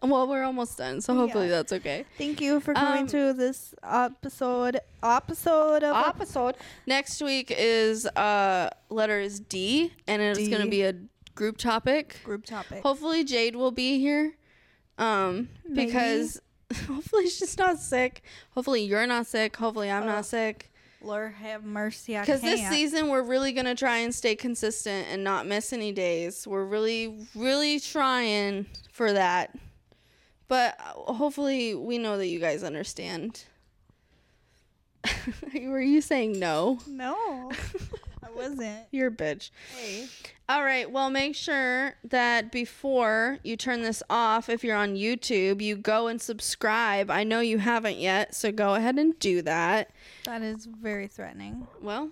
Speaker 1: Well, we're almost done, so hopefully
Speaker 3: Yeah.
Speaker 1: that's okay.
Speaker 3: Thank you for coming
Speaker 1: Um,
Speaker 3: to this episode. Episode of
Speaker 1: Episode next week is uh letters D, and it's
Speaker 3: D.
Speaker 1: gonna be a group topic.
Speaker 3: group topic.
Speaker 1: Hopefully Jade will be here, um [laughs] because hopefully she's not sick. Hopefully you're not sick. Hopefully I'm not sick.
Speaker 3: Lord have mercy. I
Speaker 1: Because
Speaker 3: can't.
Speaker 1: this season, we're really going to try and stay consistent and not miss any days. We're really, really trying for that. But uh, hopefully, we know that you guys understand. [laughs] Were you saying no?
Speaker 3: [laughs] no, I wasn't.
Speaker 1: You're a bitch.
Speaker 3: Hey,
Speaker 1: All right. Well, make sure that before you turn this off, if you're on YouTube, you go and subscribe. I know you haven't yet, so go ahead and do that.
Speaker 3: that is very threatening.
Speaker 1: Well,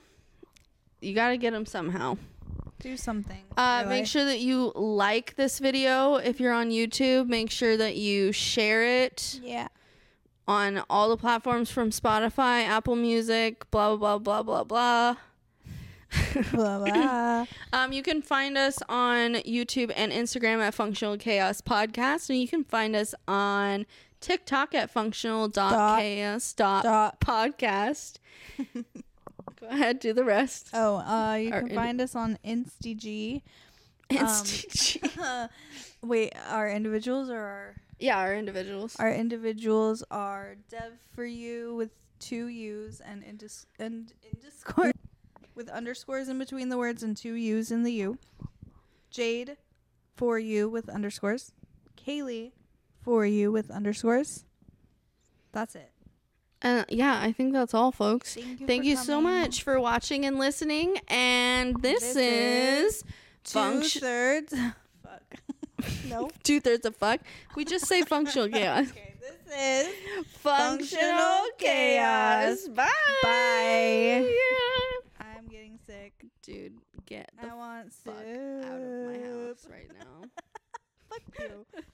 Speaker 1: you got to get them somehow.
Speaker 3: Do something.
Speaker 1: Uh,
Speaker 3: really.
Speaker 1: make sure that you like this video if you're on YouTube. Make sure that you share it
Speaker 3: [coughs] Yeah.
Speaker 1: on all the platforms from Spotify, Apple Music, blah, blah, blah, blah, blah, blah.
Speaker 3: Blah, blah.
Speaker 1: Um, you can find us on YouTube and Instagram at Functional Chaos Podcast, and you can find us on TikTok at Functional
Speaker 3: Dot.
Speaker 1: Chaos dot
Speaker 3: Dot. [laughs]
Speaker 1: Podcast. Go ahead, do the rest.
Speaker 3: Oh, uh, you
Speaker 1: Our
Speaker 3: can
Speaker 1: ind-
Speaker 3: find us on InstiG. um,
Speaker 1: Inst-
Speaker 3: [laughs] Wait, our individuals or our
Speaker 1: [laughs] yeah, our individuals.
Speaker 3: our individuals are Dev for you with two U's and indis- and underscore with underscores in between the words and two U's in the U. Jade for you with underscores. Kaylee for you with underscores. That's it.
Speaker 1: Uh, yeah, I think that's all, folks.
Speaker 3: Thank
Speaker 1: Thank
Speaker 3: you
Speaker 1: you,
Speaker 3: for
Speaker 1: so
Speaker 3: coming.
Speaker 1: much for watching and listening. And this,
Speaker 3: This
Speaker 1: is
Speaker 3: Two
Speaker 1: function
Speaker 3: thirds. [laughs]
Speaker 1: [laughs]
Speaker 3: Fuck. [laughs] no.
Speaker 1: two thirds of fuck. We just say functional
Speaker 3: [laughs]
Speaker 1: chaos.
Speaker 3: Okay, this is.
Speaker 1: Functional chaos. Bye.
Speaker 3: Bye.
Speaker 1: Yeah.
Speaker 3: I'm getting sick.
Speaker 1: Dude, get the
Speaker 3: I want soup.
Speaker 1: fuck out of my house right now.
Speaker 3: [laughs] Fuck you.